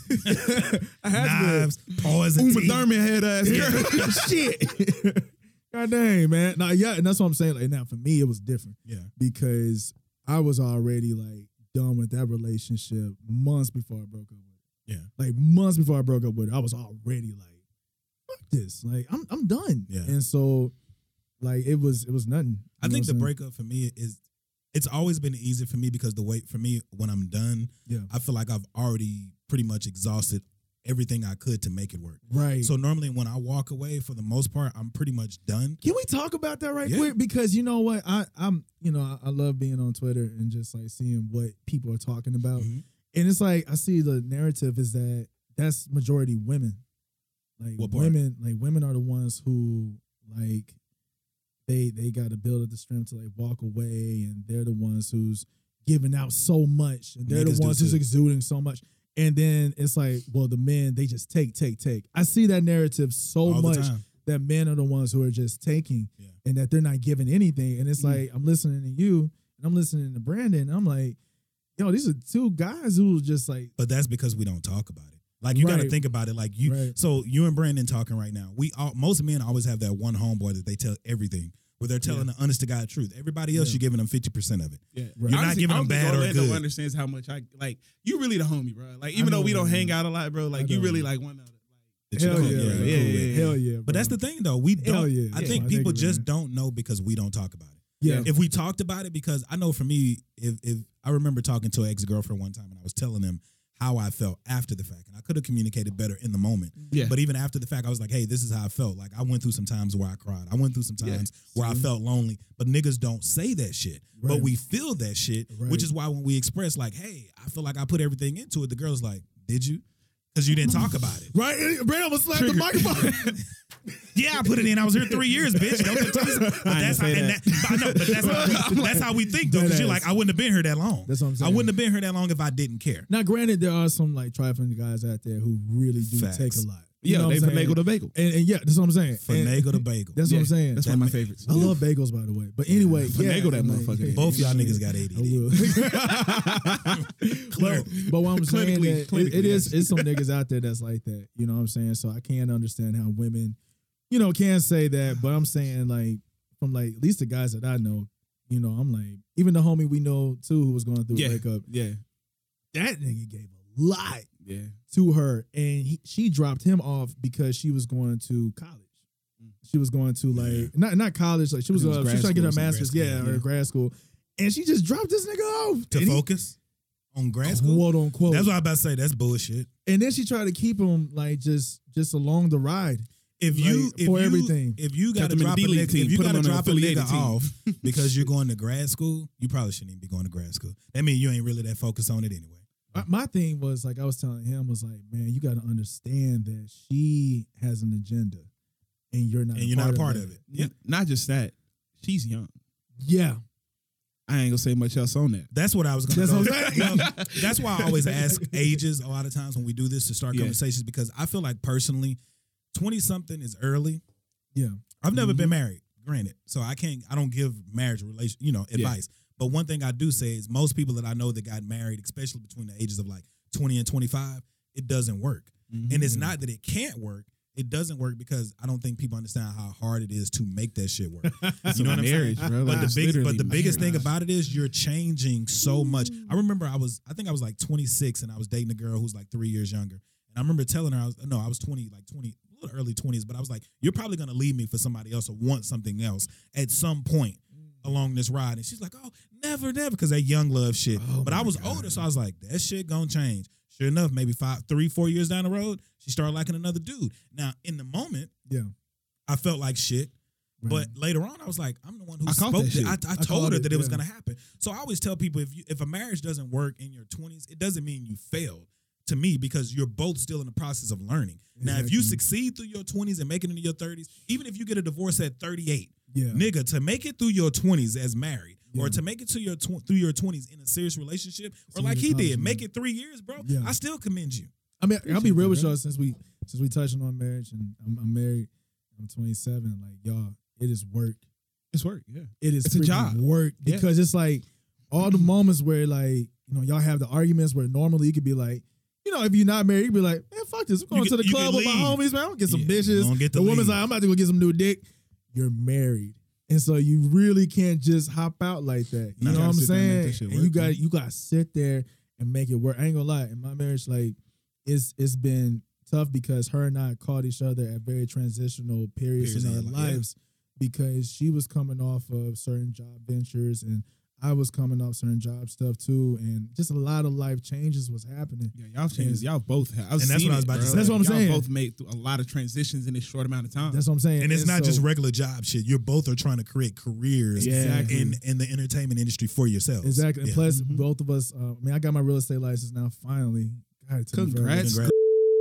E: I had
C: Knives, poison.
D: Uma
C: tea.
D: Thurman head ass.
E: to be. Shit. God dang, man. Nah, yeah, and that's what I'm saying. Like now, for me, it was different
C: Yeah.
E: because I was already like done with that relationship months before I broke up with it.
C: Yeah.
E: Like months before I broke up with it, I was already like, fuck this. Like I'm I'm done.
C: Yeah.
E: And so like it was it was nothing.
C: I
E: You
C: think
E: know what
C: the
E: I'm saying?
C: breakup for me is it's always been easy for me because the wait for me when I'm done,
E: Yeah.
C: I feel like I've already pretty much exhausted everything I could to make it work.
E: Right.
C: So normally when I walk away, for the most part, I'm pretty much done.
E: Can we talk about that right
C: Yeah.
E: quick? Because you know what, I, I'm, you know, I, I love being on Twitter and just like seeing what people are talking about,
C: Mhm.
E: and it's like I see the narrative is that that's majority women, like
C: What part?
E: women, like women are the ones who like they they got to build up the strength to like walk away, and they're the ones who's giving out so much, and they're
C: Niggas
E: the
C: do
E: ones who's
C: too.
E: exuding so much. And then it's like, well, the men they just take, take, take. I see that narrative so
C: All the
E: much
C: time.
E: that men are the ones who are just taking
C: Yeah.
E: and that they're not giving anything. And it's like I'm listening to you and I'm listening to Brandon. And I'm like, yo, these are two guys who was just like,
C: But that's because we don't talk about it. Like you got to
E: Right.
C: think about it. Like you,
E: Right.
C: so you and Brandon talking right now. We all most men always have that one homeboy that they tell everything, where they're telling the honest to God truth. Everybody else,
E: Yeah.
C: you're giving them fifty percent of it.
D: Yeah.
C: You're not giving
D: I
C: them
D: don't think
C: bad or
D: Orlando
C: good.
D: understands how much I like. You really the homie, bro. Like
E: I
D: even though
E: know,
D: we don't
E: man.
D: hang out a lot, bro. Like
E: I
D: you
E: know.
D: really like one another.
C: That you're
E: hell
C: cool-
E: yeah,
C: you're
E: bro.
C: cool
D: yeah,
C: with.
D: yeah, yeah.
E: hell yeah.
C: But that's the
E: bro.
C: thing, though. We
E: Hell
C: don't.
E: yeah.
C: I
E: Yeah,
C: think
E: I
C: people
E: agree,
C: just
E: man.
C: don't know because we don't talk about it.
E: Yeah.
C: If we talked about it, because I know for me, if if I remember talking to an ex girlfriend one time and I was telling them how I felt after the fact, and I could have communicated better in the moment.
D: Yeah.
C: But even after the fact, I was like, hey, this is how I felt. Like I went through some times where I cried. I went through some
D: Yeah.
C: times where I felt lonely. But niggas don't say that shit. But we feel that shit,
E: Right.
C: which is why when we express like, hey, I feel like I put everything into it, the girl's like, did you? Because you didn't talk about it.
E: Right, And Brandon was slapping the microphone.
C: Yeah, I put it in. I was here three years, bitch. Don't get twisted. But that's how, and that. I know, but that's how, we, that's how we think, though. Because you're like, I wouldn't have been here that long.
E: That's what I'm saying.
C: I wouldn't have been here that long if I didn't care.
E: now, granted, there are some like trifling guys out there who really do
C: Facts.
E: take a lot. You
D: Yeah,
E: know what
D: they
E: I'm saying?
D: finagle the bagel.
E: and, and yeah, that's what I'm saying. And-
C: Finagle the bagel.
E: That's what I'm saying.
D: That's one of my favorites.
E: I love bagels, by the way. But anyway, yeah,
D: finagle that
E: like,
D: motherfucker.
E: yeah,
C: Both y'all
E: yeah.
C: niggas got
E: I
C: ADD.
E: will.
C: Clear.
E: No, but what I'm saying
D: Clinically-
E: that it- it
D: clinically, yes.
E: is it's some niggas out there that's like that. You know what I'm saying? So I can understand how women, you know, can say that. But I'm saying like from like at least the guys that I know, you know, I'm like even the homie we know too who was going through
D: Yeah.
E: a breakup.
D: Yeah.
E: That nigga gave a lot
D: Yeah.
E: to her, and he, she dropped him off because she was going to college. She was going to like not not college, like she was,
D: it Mm. was
E: uh, she was
D: grad
E: trying to get
D: school
E: her
D: or something,
E: master's,
D: grad
E: yeah,
D: school,
E: or
D: yeah.
E: grad school, and she just dropped this nigga off
C: To
E: And he-
C: focus on grad school.
E: quote unquote.
C: That's what I about to say. That's bullshit.
E: and then she tried to keep him like just just along the ride.
C: If
E: Like,
C: you if
E: for
C: you,
E: everything.
C: if you got
D: Kept
C: to
D: him in
C: drop a
D: the D-League
C: nigga,
D: team,
C: if you
D: put
C: got
D: him
C: to
D: on an
C: drop a
D: affiliated
C: nigga
D: team.
C: off because you're going to grad school, you probably shouldn't even be going to grad school. That means you ain't really that focused on it anyway.
E: My- My thing was like I was telling him was like, man, you got to understand that she has an agenda, and you're not
C: And you're not a part of it.
D: Yeah. Not just that. She's young.
E: Yeah,
D: I ain't gonna say much else on that.
C: That's what I was going
E: That's
C: to
E: what
C: go.
E: I'm
C: Well, that's why I always ask ages a lot of times when we do this to start
D: Yeah.
C: conversations because I feel like personally, 20 something is early.
E: yeah,
C: I've never
D: Mm-hmm.
C: been married, granted. So I can't, I don't give marriage relation, you know,
D: Yeah.
C: advice. But one thing I do say is most people that I know that got married, especially between the ages of like 20 and 25, it doesn't work. And
D: Mm-hmm.
C: it's not that it can't work. It doesn't work because I don't think people understand how hard it is to make that shit work. you know what I'm saying?
D: marriage, bro.
C: But
D: Like,
C: the
D: it's
C: big, but
D: literally
C: the biggest thing
D: marriage. Mm.
C: about it is you're changing so much. I remember I was, I think I was like 26 and I was dating a girl who's like three years younger. And I remember telling her, I was no, I was 20, like 20, a little early 20s, but I was like, you're probably gonna leave me for somebody else or want something else at some point along this ride. And she's like, oh, never, never, because that young love shit. but I was older, so I was like, that shit gonna change. Sure enough, maybe five, three, four years down the road, she started liking another dude. Now, in the moment,
E: yeah.
C: I felt like shit.
E: Right.
C: But later on, I was like, I'm the one who
D: I caught
C: spoke.
D: that
C: That
D: shit.
C: I, I,
E: I
C: told
E: caught
C: her
E: it,
C: that it was
E: yeah.
C: gonna happen. So I always tell people if you, if a marriage doesn't work in your 20s, it doesn't mean you failed. To me, because you're both still in the process of learning. Now, if you
E: Exactly.
C: succeed through your 20s and make it into your 30s, even if you get a divorce at 38,
E: Yeah.
C: nigga, to make it through your 20s as married,
E: Yeah.
C: or to make it to your tw- through your 20s in a serious relationship, or
E: an
C: like he did,
E: accomplishment.
C: make it three years, bro.
E: Yeah.
C: I still commend you.
E: I mean, I'll be
D: Appreciate
E: real
D: that,
E: with
D: man.
E: y'all since we since we touching on marriage and I'm, I'm married. I'm 27. Like y'all, it is work.
D: It's work. Yeah.
E: It is
D: It's a
E: freaking
D: job.
E: work
D: Yeah.
E: because it's like all the moments where like you know y'all have the arguments where normally you could be like. You know, if you're not married, you could be like, man, fuck this. I'm going
C: can-
E: to the
C: you
E: club
C: can
E: with my
C: leave.
E: homies, man. I'm gonna get some
C: Yeah, you
E: bitches.
C: gonna get to
E: the woman's
C: leave.
E: like, I'm about to go get some new dick. you're married. And so you really can't just hop out like that. You
D: Nah,
E: know
D: gotta
E: what I'm
D: sit there and make
E: saying?
D: that shit
E: And
D: work,
E: you got
D: man.
E: you got to sit there and make it work. I ain't gonna lie. In my marriage, like it's it's been tough because her and I caught each other at very transitional periods,
C: Periods
E: in
C: in
E: our
C: your life, yeah.
E: lives because she was coming off of certain job ventures and I was coming off certain job stuff too, and just a lot of life changes was happening.
D: Yeah, y'all changed. Y'all both have. I've
C: And that's
D: seen
C: what I was
D: it,
C: about to
D: bro.
C: say.
E: That's what I'm
D: Y'all
E: saying.
D: both made through a lot of transitions in this short amount of time.
E: That's what I'm saying.
C: And it's not just
E: so-
C: regular job shit. You both are trying to create careers
E: Exactly.
C: in, in the entertainment industry for yourselves.
E: Exactly.
C: Yeah.
E: And plus, both of us. Uh, I mean, I got my real estate license now. Finally, God, it took me forever.
D: Congrats.
C: Congrats.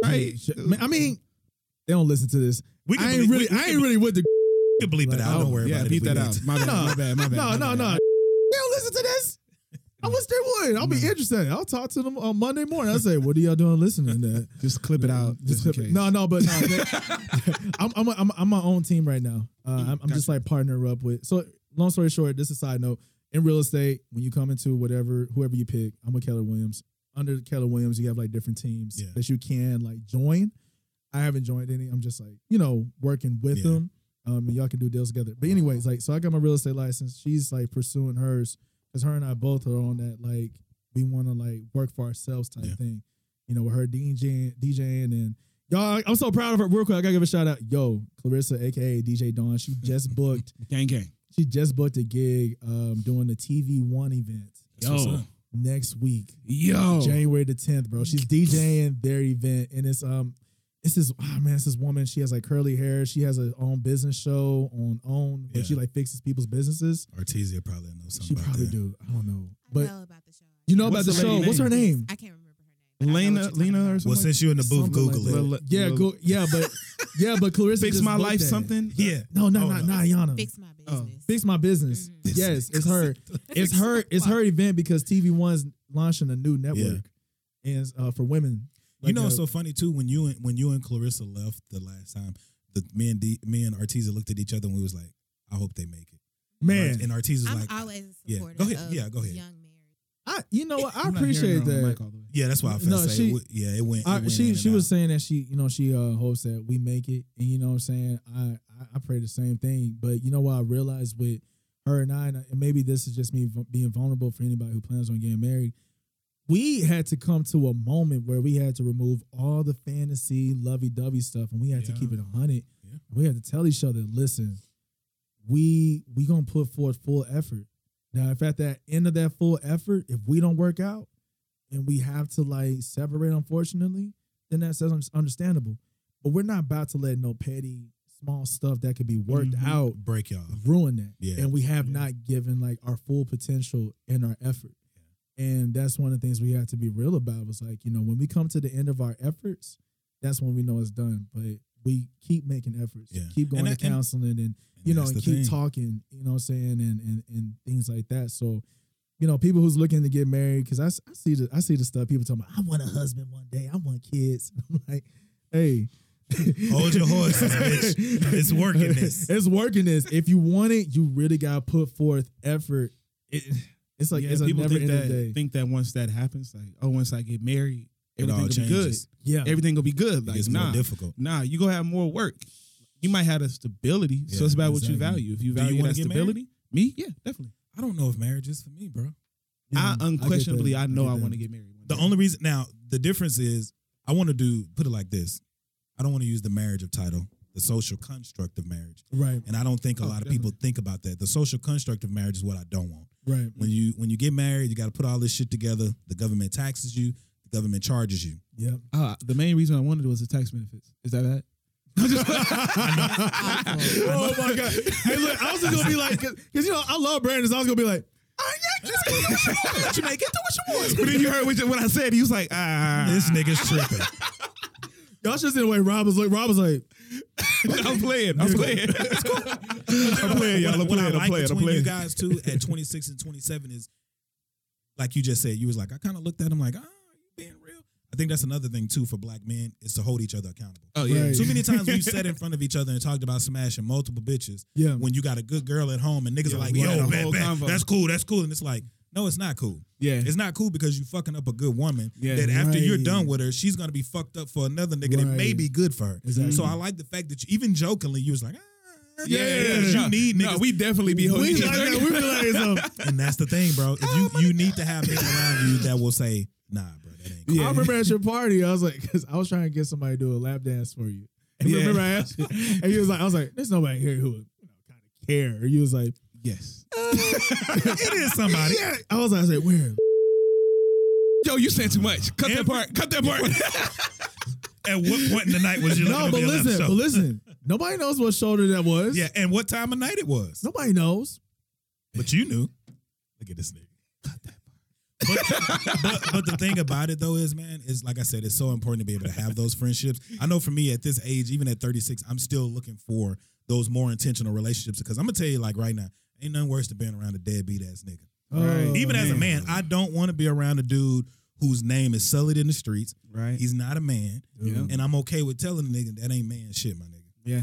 D: Right.
E: Shit. Man, I mean, they don't listen to this.
C: We can
E: I ain't
C: believe-
E: really,
C: we can
E: I ain't really with the.
C: You can bleep
E: Like,
C: it out. Don't
E: oh,
C: worry
D: yeah,
C: about it.
D: beat
C: if we
D: that
C: need
D: out.
C: to.
D: My bad. My bad. My bad.
E: No,
D: my
E: no,
D: bad.
E: no. They don't listen to this. I wish they would. I'll be interested. I'll talk to them on Monday morning. I say, what are y'all doing listening to that?
D: Just clip it out. Just
E: Just
D: clip
E: clip it. No, no, but no, they- I'm, I'm, I'm, I'm my own team right now. Uh, I'm, I'm just like partner up with. So, long story short, this is a side note. In real estate, when you come into whatever, whoever you pick, I'm with Keller Williams. Under Keller Williams, you have like different teams
C: Yeah.
E: that you can like join. I haven't joined any. I'm just like, you know, working with
C: Yeah.
E: them. Um, and y'all can do deals together. But anyways, like, so I got my real estate license. She's like pursuing hers because her and I both are on that like we want to like work for ourselves type
C: Yeah.
E: thing. You know, with her DJing, DJing, and y'all, I'm so proud of her. Real quick, I gotta give a shout out. Yo, Clarissa, aka DJ Dawn, she just booked.
D: Gang, gang.
E: she just booked a gig um, doing the TV One event
D: Yo.
E: next week.
C: Oh.
D: Yo.
E: January the 10th, bro. She's DJing their event, and it's um, it's this ah man, it's this woman. She has like curly hair. She has her own business show on OWN
C: Yeah.
E: where she like fixes people's businesses.
C: Artesia probably knows something
E: She
C: about
E: probably
C: that.
E: do. I don't know,
F: I
E: but
F: know about the show.
E: you know
D: What's
E: about the
D: the
E: show.
D: lady's
E: What's her
D: name?
E: name?
F: I can't remember her name. but I know
D: Lena,
F: what you're talking
D: Lena, or
F: about.
D: something.
C: Well,
D: like
C: since you in the booth,
E: Something like
C: Google
E: that.
C: it.
D: Well,
E: yeah,
D: well-
E: go, yeah, but yeah, but Clarissa
D: Fix
E: just
D: my
E: booked
D: life
E: that.
D: something.
C: Yeah.
E: No, no,
C: Oh,
E: not not Yana.
F: Fix my business.
E: Fix my business.
F: Mhm.
E: Yes, it's her. It's her. It's her event because TV One's launching a new network, and uh, for women.
C: you
E: Like uh,
C: know,
E: a-
C: it's so funny too when you and when you and Clarissa left the last time. The me and D, me and Artesia looked at each other and we was like, "I hope they make it."
E: man.
C: and Artesia's
F: I'm
C: like,
F: always a
C: yeah,
F: supporter
C: go ahead.
F: of
C: Yeah, go ahead.
F: young married.
E: I, you know what? I
D: I'm not hearing her
E: appreciate
D: on the
E: that.
D: mic all the way.
C: "Yeah, that's why I felt
E: No,
C: say.
E: she-
C: it, wa- yeah, it went. it
E: I,
C: went in
E: she
C: and
E: she
C: out.
E: was saying that she you know she uh hopes that we make it and you know what I'm saying I I, I pray the same thing but you know what I realized with her and I and maybe this is just me v- being vulnerable for anybody who plans on getting married we had to come to a moment where we had to remove all the fantasy lovey dovey stuff and we had to
C: Yeah.
E: keep it a hundred
C: Yeah.
E: we had to tell each other listen we we gonna put forth full effort now if at that end of that full effort if we don't work out and we have to like separate, unfortunately, then that's un- understandable. But we're not about to let no petty, small stuff that could be worked
D: Mhm.
E: out
C: break y'all.
E: ruin that.
C: Yeah.
E: And we have
C: Yeah.
E: not given like our full potential and our effort. And that's one of the things we have to be real about was like, you know, when we come to the end of our efforts, that's when we know it's done. But we keep making efforts,
C: Yeah.
E: keep going
C: And
E: to
C: I- and-
E: counseling and you know,
C: that's
E: and
C: the
E: keep
C: thing.
E: talking, you know what I'm saying, and, and and things like that. So, you know, people who's looking to get married, because I, s- I see the I see the stuff people talking about, I want a husband one day, I want kids. I'm like, hey.
C: Hold your horses, bitch. It's working this.
E: It's working this. If you want it, you really gotta put forth effort. It, it's like
D: Yeah,
E: it's a
D: people
E: never
D: think
E: ending
D: that,
E: day.
D: think that once that happens, like, oh, once I get married,
C: It all
D: everything will be good.
C: changes.
E: yeah.
D: Everything will be good. Like,
C: It's
D: nah,
C: more difficult.
D: nah, you gonna have more work. You might have a stability, so
C: Yeah,
D: it's about
C: exactly.
D: what you value. If
C: Do
D: you
C: you
D: value
C: wanna
D: that
C: get married?
D: stability, me, yeah, definitely.
C: I don't know if marriage is for me, bro.
E: Yeah,
D: I
E: get
D: unquestionably,
E: that.
D: I, know I,
E: that.
D: want to get married. one
C: The
D: day.
C: only reason now the difference is I want to do put it like this. I don't want to use the marriage of title, the social construct of marriage,
E: right,
C: and I don't think a
D: Oh,
C: lot of people think about that. The social construct of marriage is what I don't want.
E: right,
C: When you when you get married, you got to put all this shit together. The government taxes you. The government charges you.
E: yep.
D: Uh, the main reason I wanted it was the tax benefits. Is that that?
E: Oh my god! Hey, look, I was just gonna be like, because you know I love Brandon. So I was gonna be like, oh yeah, just do what you want, let you make it, do what you want.
D: But then you heard what, what I said. He was like, ah.
C: This nigga's tripping.
E: Y'all should see the way Rob was like. Rob was like,
D: I'm playing. I'm playing. I'm playing, y'all. I'm
C: what I
D: playing. I'm
C: like
D: playing. I'm
C: between you
D: playing.
C: guys too at 26 and 27 is, like you just said, you was like, I kind of looked at him like, ah, you being real. I think that's another thing too for black men is to hold each other accountable.
D: Oh, yeah.
E: Right.
C: Too many times we've sat in front of each other and talked about smashing multiple bitches.
E: Yeah.
C: When you got a good girl at home and niggas
D: Yeah,
C: are like,
D: we had
C: yo,
D: a
C: bet,
D: whole
C: bet,
D: convo.
C: that's cool, that's cool. And it's like, no, it's not cool.
D: Yeah.
C: It's not cool because you fucking up a good woman
D: Yeah,
C: that after you're
E: right.
C: done with her, she's gonna be fucked up for another nigga that may
E: Right.
C: be good for her.
E: Exactly.
C: So I like the fact that you, even jokingly, you was like, ah, 'cause you need
D: No,
C: niggas.
D: we definitely be holding.
C: We like that. We be and that's the thing, bro. If you you need to have people around you that will say, "Nah, bro, that ain't cool."
E: I remember at your party, I was like, because I was trying to get somebody to do a lap dance for you. And
D: Yeah.
E: remember I asked you, and you was like, I was like, there's nobody here who would you know, kind of care. You was like,
D: yes.
C: it is somebody.
E: I was like, I was like, where?
D: Yo, you said too much. Cut that part. Cut that part.
C: At what point in the night was you?
E: No, but listen, but listen, nobody knows what shoulder that was.
C: Yeah, and what time of night it was?
E: Nobody knows.
C: But you knew. Look at this nigga. but, but, but the thing about it though is, man, is like I said, it's so important to be able to have those friendships. I know for me at this age, even at 36, I'm still looking for those more intentional relationships because I'm gonna tell you, like right now, ain't nothing worse than being around a deadbeat ass nigga.
E: Oh,
C: even as a man, I don't want to be around a dude whose name is sullied in the streets.
D: Right.
C: He's not a man,
D: Yeah.
C: and I'm okay with telling a nigga that ain't man shit, my nigga.
D: yeah.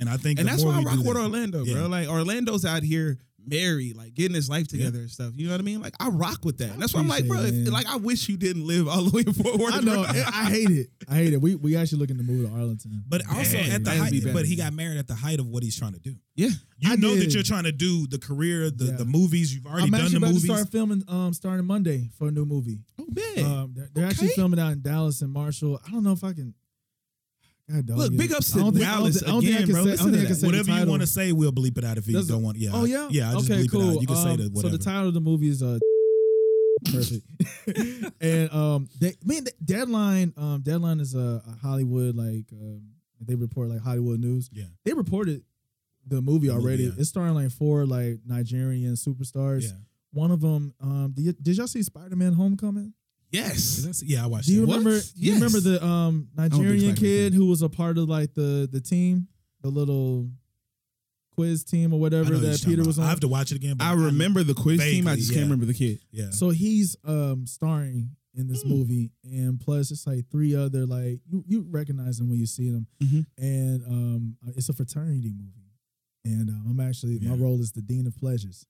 C: And I think
D: And
C: the
D: that's
C: more
D: why I
C: we
D: rock
C: do
D: with
C: that-
D: Orlando,
C: Yeah.
D: bro. Like Orlando's out here married, like getting his life together and stuff. You know what I mean? Like I rock with that. that's why I'm like, bro.
E: appreciate it,
D: If,
E: man.
D: like I wish you didn't live all the way in Fort Worth.
E: I
D: bro.
E: know. I hate it. I hate it. We we actually looking to move to Arlington.
C: But also
D: Dang,
C: at the
D: that'd
C: height,
D: be better.
C: but he got married at the height of what he's trying to do.
D: Yeah.
C: You
E: I
C: know that
E: did.
C: you're trying to do the career, the,
E: Yeah.
C: the movies. You've already
E: I'm
C: done
E: actually
C: the
E: about
C: movies.
E: to start filming um starting Monday for a new movie.
D: Oh man.
E: Um, they're they're actually
D: Okay.
E: filming out in Dallas and Marshall. I don't know if I can. God, dog,
D: Look,
E: it.
D: big ups to
E: I don't think-
D: Dallas
E: I don't think,
D: again,
E: I
D: bro.
E: don't think I can say,
D: Listen
E: I don't
D: to
E: think I can
D: that.
E: say the
C: Whatever you
E: title.
C: want to say, we'll bleep it out if you
E: Doesn't-
C: don't want. Yeah.
E: Oh yeah.
C: Yeah. I just
E: okay,
C: bleep
E: cool.
C: it out. You can say
E: Um,
C: that. Whatever.
E: So the title of the movie is uh, perfect. and um, they man, the deadline. Um, deadline is a, a Hollywood like um, they report like Hollywood news.
C: Yeah.
E: They reported the movie
C: movie,
E: already.
C: yeah.
E: It's starring like four like Nigerian superstars.
C: Yeah.
E: One of them. Um, did, y- did y'all see Spider Man Homecoming?
D: Yes.
C: That's- yeah, I watched.
E: Do you
C: it.
E: remember? You
D: Yes.
E: remember the um
D: don't think
E: Nigerian
D: Spider-Man
E: kid
D: did.
E: who was a part of like the the team, the little quiz team
C: I know
E: or whatever
C: what you're
E: that
C: talking
E: Peter
C: about.
E: was on.
C: I have to watch it again. but
D: I remember the quiz team. I
C: Vaguely,
D: just
C: yeah.
D: can't remember the kid.
C: Yeah. Hmm.
E: So he's um starring in this movie, and plus it's like three other like you, you recognize him when you see him,
D: Mhm.
C: Mm-hmm.
E: and um it's a fraternity movie, and um, I'm actually my
C: Yeah. Hmm.
E: role is the dean of pleasures,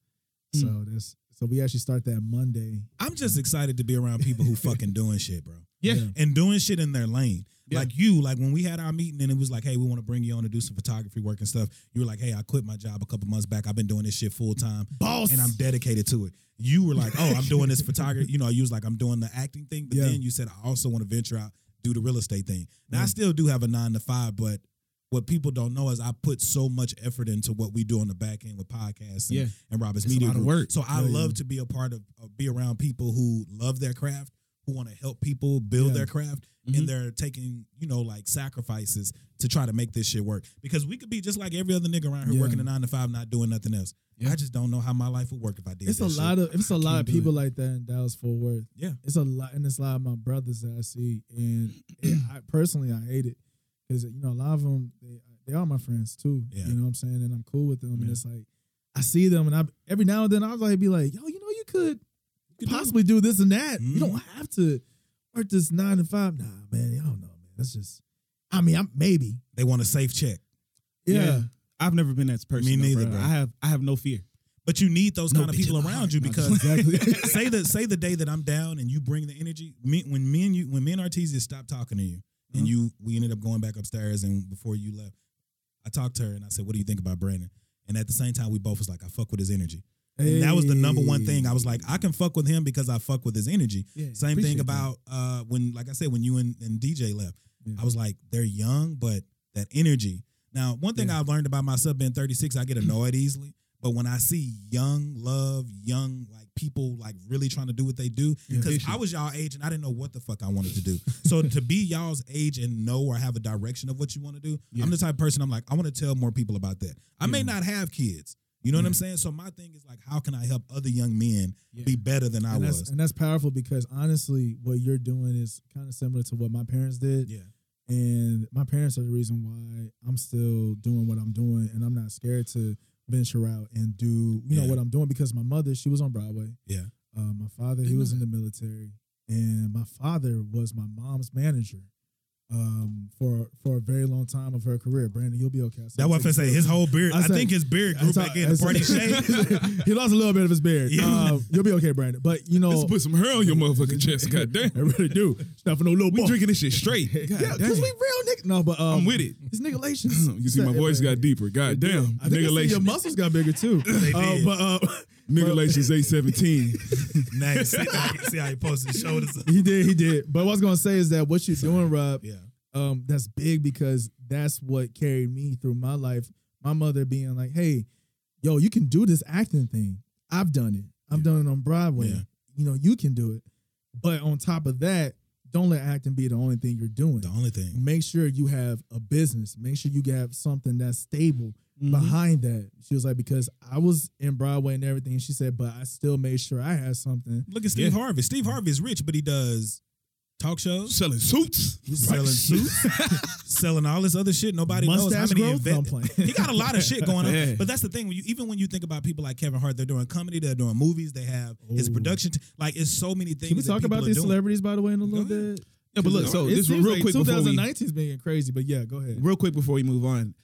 E: so that's so we actually start that Monday.
C: I'm just excited to be around people who fucking doing shit, bro.
D: Yeah.
C: and doing shit in their lane.
D: Yeah.
C: Like you, like when we had our meeting and it was like, hey, we want to bring you on to do some photography work and stuff. You were like, hey, I quit my job a couple months back. I've been doing this shit full time. Boss. And I'm dedicated to it. You were like, oh, I'm doing this photography. You know, you was like, I'm doing the acting thing. But
E: Yeah.
C: then you said, I also want to venture out, do the real estate thing. Now, I still do have a nine to five, but what people don't know is I put so much effort into what we do on the back end with podcasts and,
D: Yeah.
C: and Robert's
D: It's a
C: Media
D: lot of
C: Group.
D: work.
C: So I love to be a part of, of be around people who love their craft, who want to help people build their craft,
D: Mm-hmm.
C: and they're taking you know like sacrifices to try to make this shit work. Because we could be just like every other nigga around here
E: Yeah.
C: working a nine to five, not doing nothing else.
D: Yeah.
C: I just don't know how my life would work if I did.
E: It's a
C: that shit.
E: lot of it's a lot of
C: can't do
E: people
C: it.
E: like that in Dallas Fort Worth.
C: Yeah.
E: it's a lot, and it's a lot of my brothers that I see, and it, I personally I hate it because you know a lot of them they, they are my friends too.
C: Yeah.
E: you know what I'm saying, and I'm cool with them,
C: Yeah.
E: and it's like I see them, and I every now and then I was like be like, yo, you know, you could, possibly do this and that. You don't
C: Mm-hmm.
E: have to work this nine to five. Nah, man, I don't know, man. That's just, I mean, I'm maybe.
C: They want a safe check,
E: Yeah.
D: I've never been that person.
C: Me
D: though,
C: neither, bro.
D: I have. I have no fear.
C: but you need those
D: No
C: kind of
D: bitch
C: people
D: in
C: around
D: my heart.
C: you
D: No,
C: because
E: Exactly.
C: say the say the day that I'm down and you bring the energy. Me, when me and you, when me and Artesia stopped talking to you,
E: Mm-hmm.
C: and you, we ended up going back upstairs. And before you left, I talked to her and I said, "What do you think about Brandon?" And at the same time, we both was like, "I fuck with his energy." And that was the number one thing. I was like, I can fuck with him because I fuck with his energy.
E: Yeah,
C: Same
E: appreciate
C: thing
E: that.
C: about uh, when, like I said, when you and, and DJ left,
E: Yeah.
C: I was like, they're young, but that energy. Now, one thing I've learned about myself being 36, I get annoyed easily. But when I see young love, young like people like really trying to do what they do, because I was y'all age and I didn't know what the fuck I wanted to do. so to be y'all's age and know or have a direction of what you want to do, I'm the type of person I'm like, I want to tell more people about that. I may not have kids. You know what I'm saying? So my thing is like, how can I help other young men be better than I
E: and that's,
C: was?
E: and that's powerful because honestly, what you're doing is kind of similar to what my parents did.
C: yeah.
E: And my parents are the reason why I'm still doing what I'm doing and I'm not scared to venture out and do, you
C: Yeah.
E: know, what I'm doing because my mother, she was on Broadway.
C: Yeah.
E: Uh, my father, he was in the military, and my father was my mom's manager um, for for a very long time of her career. Brandon, you'll be okay. I said
C: That was I
E: six
C: say
E: years.
C: his whole beard.
E: I
C: I,
E: said-
C: think his beard
E: I
C: grew
E: said-
C: back in
E: I
C: the
E: said-
C: party shade.
E: he lost a little bit of his beard.
C: Yeah.
E: Um, you'll be okay, Brandon. But you know,
H: Let's put some hair on your motherfucking chest. God damn.
E: I really do. It's Not for no little
H: We
E: boy.
H: drinking this shit straight. God
E: yeah,
H: damn.
E: because we real nigga. No, but um,
H: I'm with it.
E: It's nigga lations.
H: you see, my voice got deeper. God damn.
E: I think I
H: Nigga
E: see your
H: Lations.
E: muscles got bigger too. Uh,
C: did.
E: but uh,
H: Nigga Lations 817.
C: nice. See how, he- see how he posted his shoulders. Up.
E: he did, he did. But what I was gonna say is that what you're doing, Rob,
C: Yeah.
E: um, that's big because that's what carried me through my life. My mother being like, "Hey, yo, you can do this acting thing. I've done it. I've done it on Broadway.
C: Yeah.
E: You know, you can do it." But on top of that, don't let acting be the only thing you're doing.
C: The only thing.
E: Make sure you have a business. Make sure you have something that's stable
C: Mm-hmm.
E: behind that. She was like, because I was in Broadway and everything. She said, but I still made sure I had something.
C: Look at Steve Harvey. Steve Harvey is rich, but he does talk shows,
H: Selling suits.
C: selling suits, selling all this other shit. Nobody knows
E: Mustache
C: how many
E: growth? No, I'm
C: invent-
E: playing.
C: He got a lot of shit going on.
H: Yeah.
C: But that's the thing. When you, even when you think about people like Kevin Hart, they're doing comedy, they're doing movies, they have his production. T- like it's so many things.
E: Can we
C: that
E: talk
C: people
E: about
C: are
E: these
C: doing.
E: celebrities, by the way, in a little
C: ahead.
E: bit?
D: Yeah, but look, so
E: It
D: this
E: seems
D: real
E: like
D: quick before we
E: 2019 is being crazy, but yeah, go ahead.
D: real quick before we move on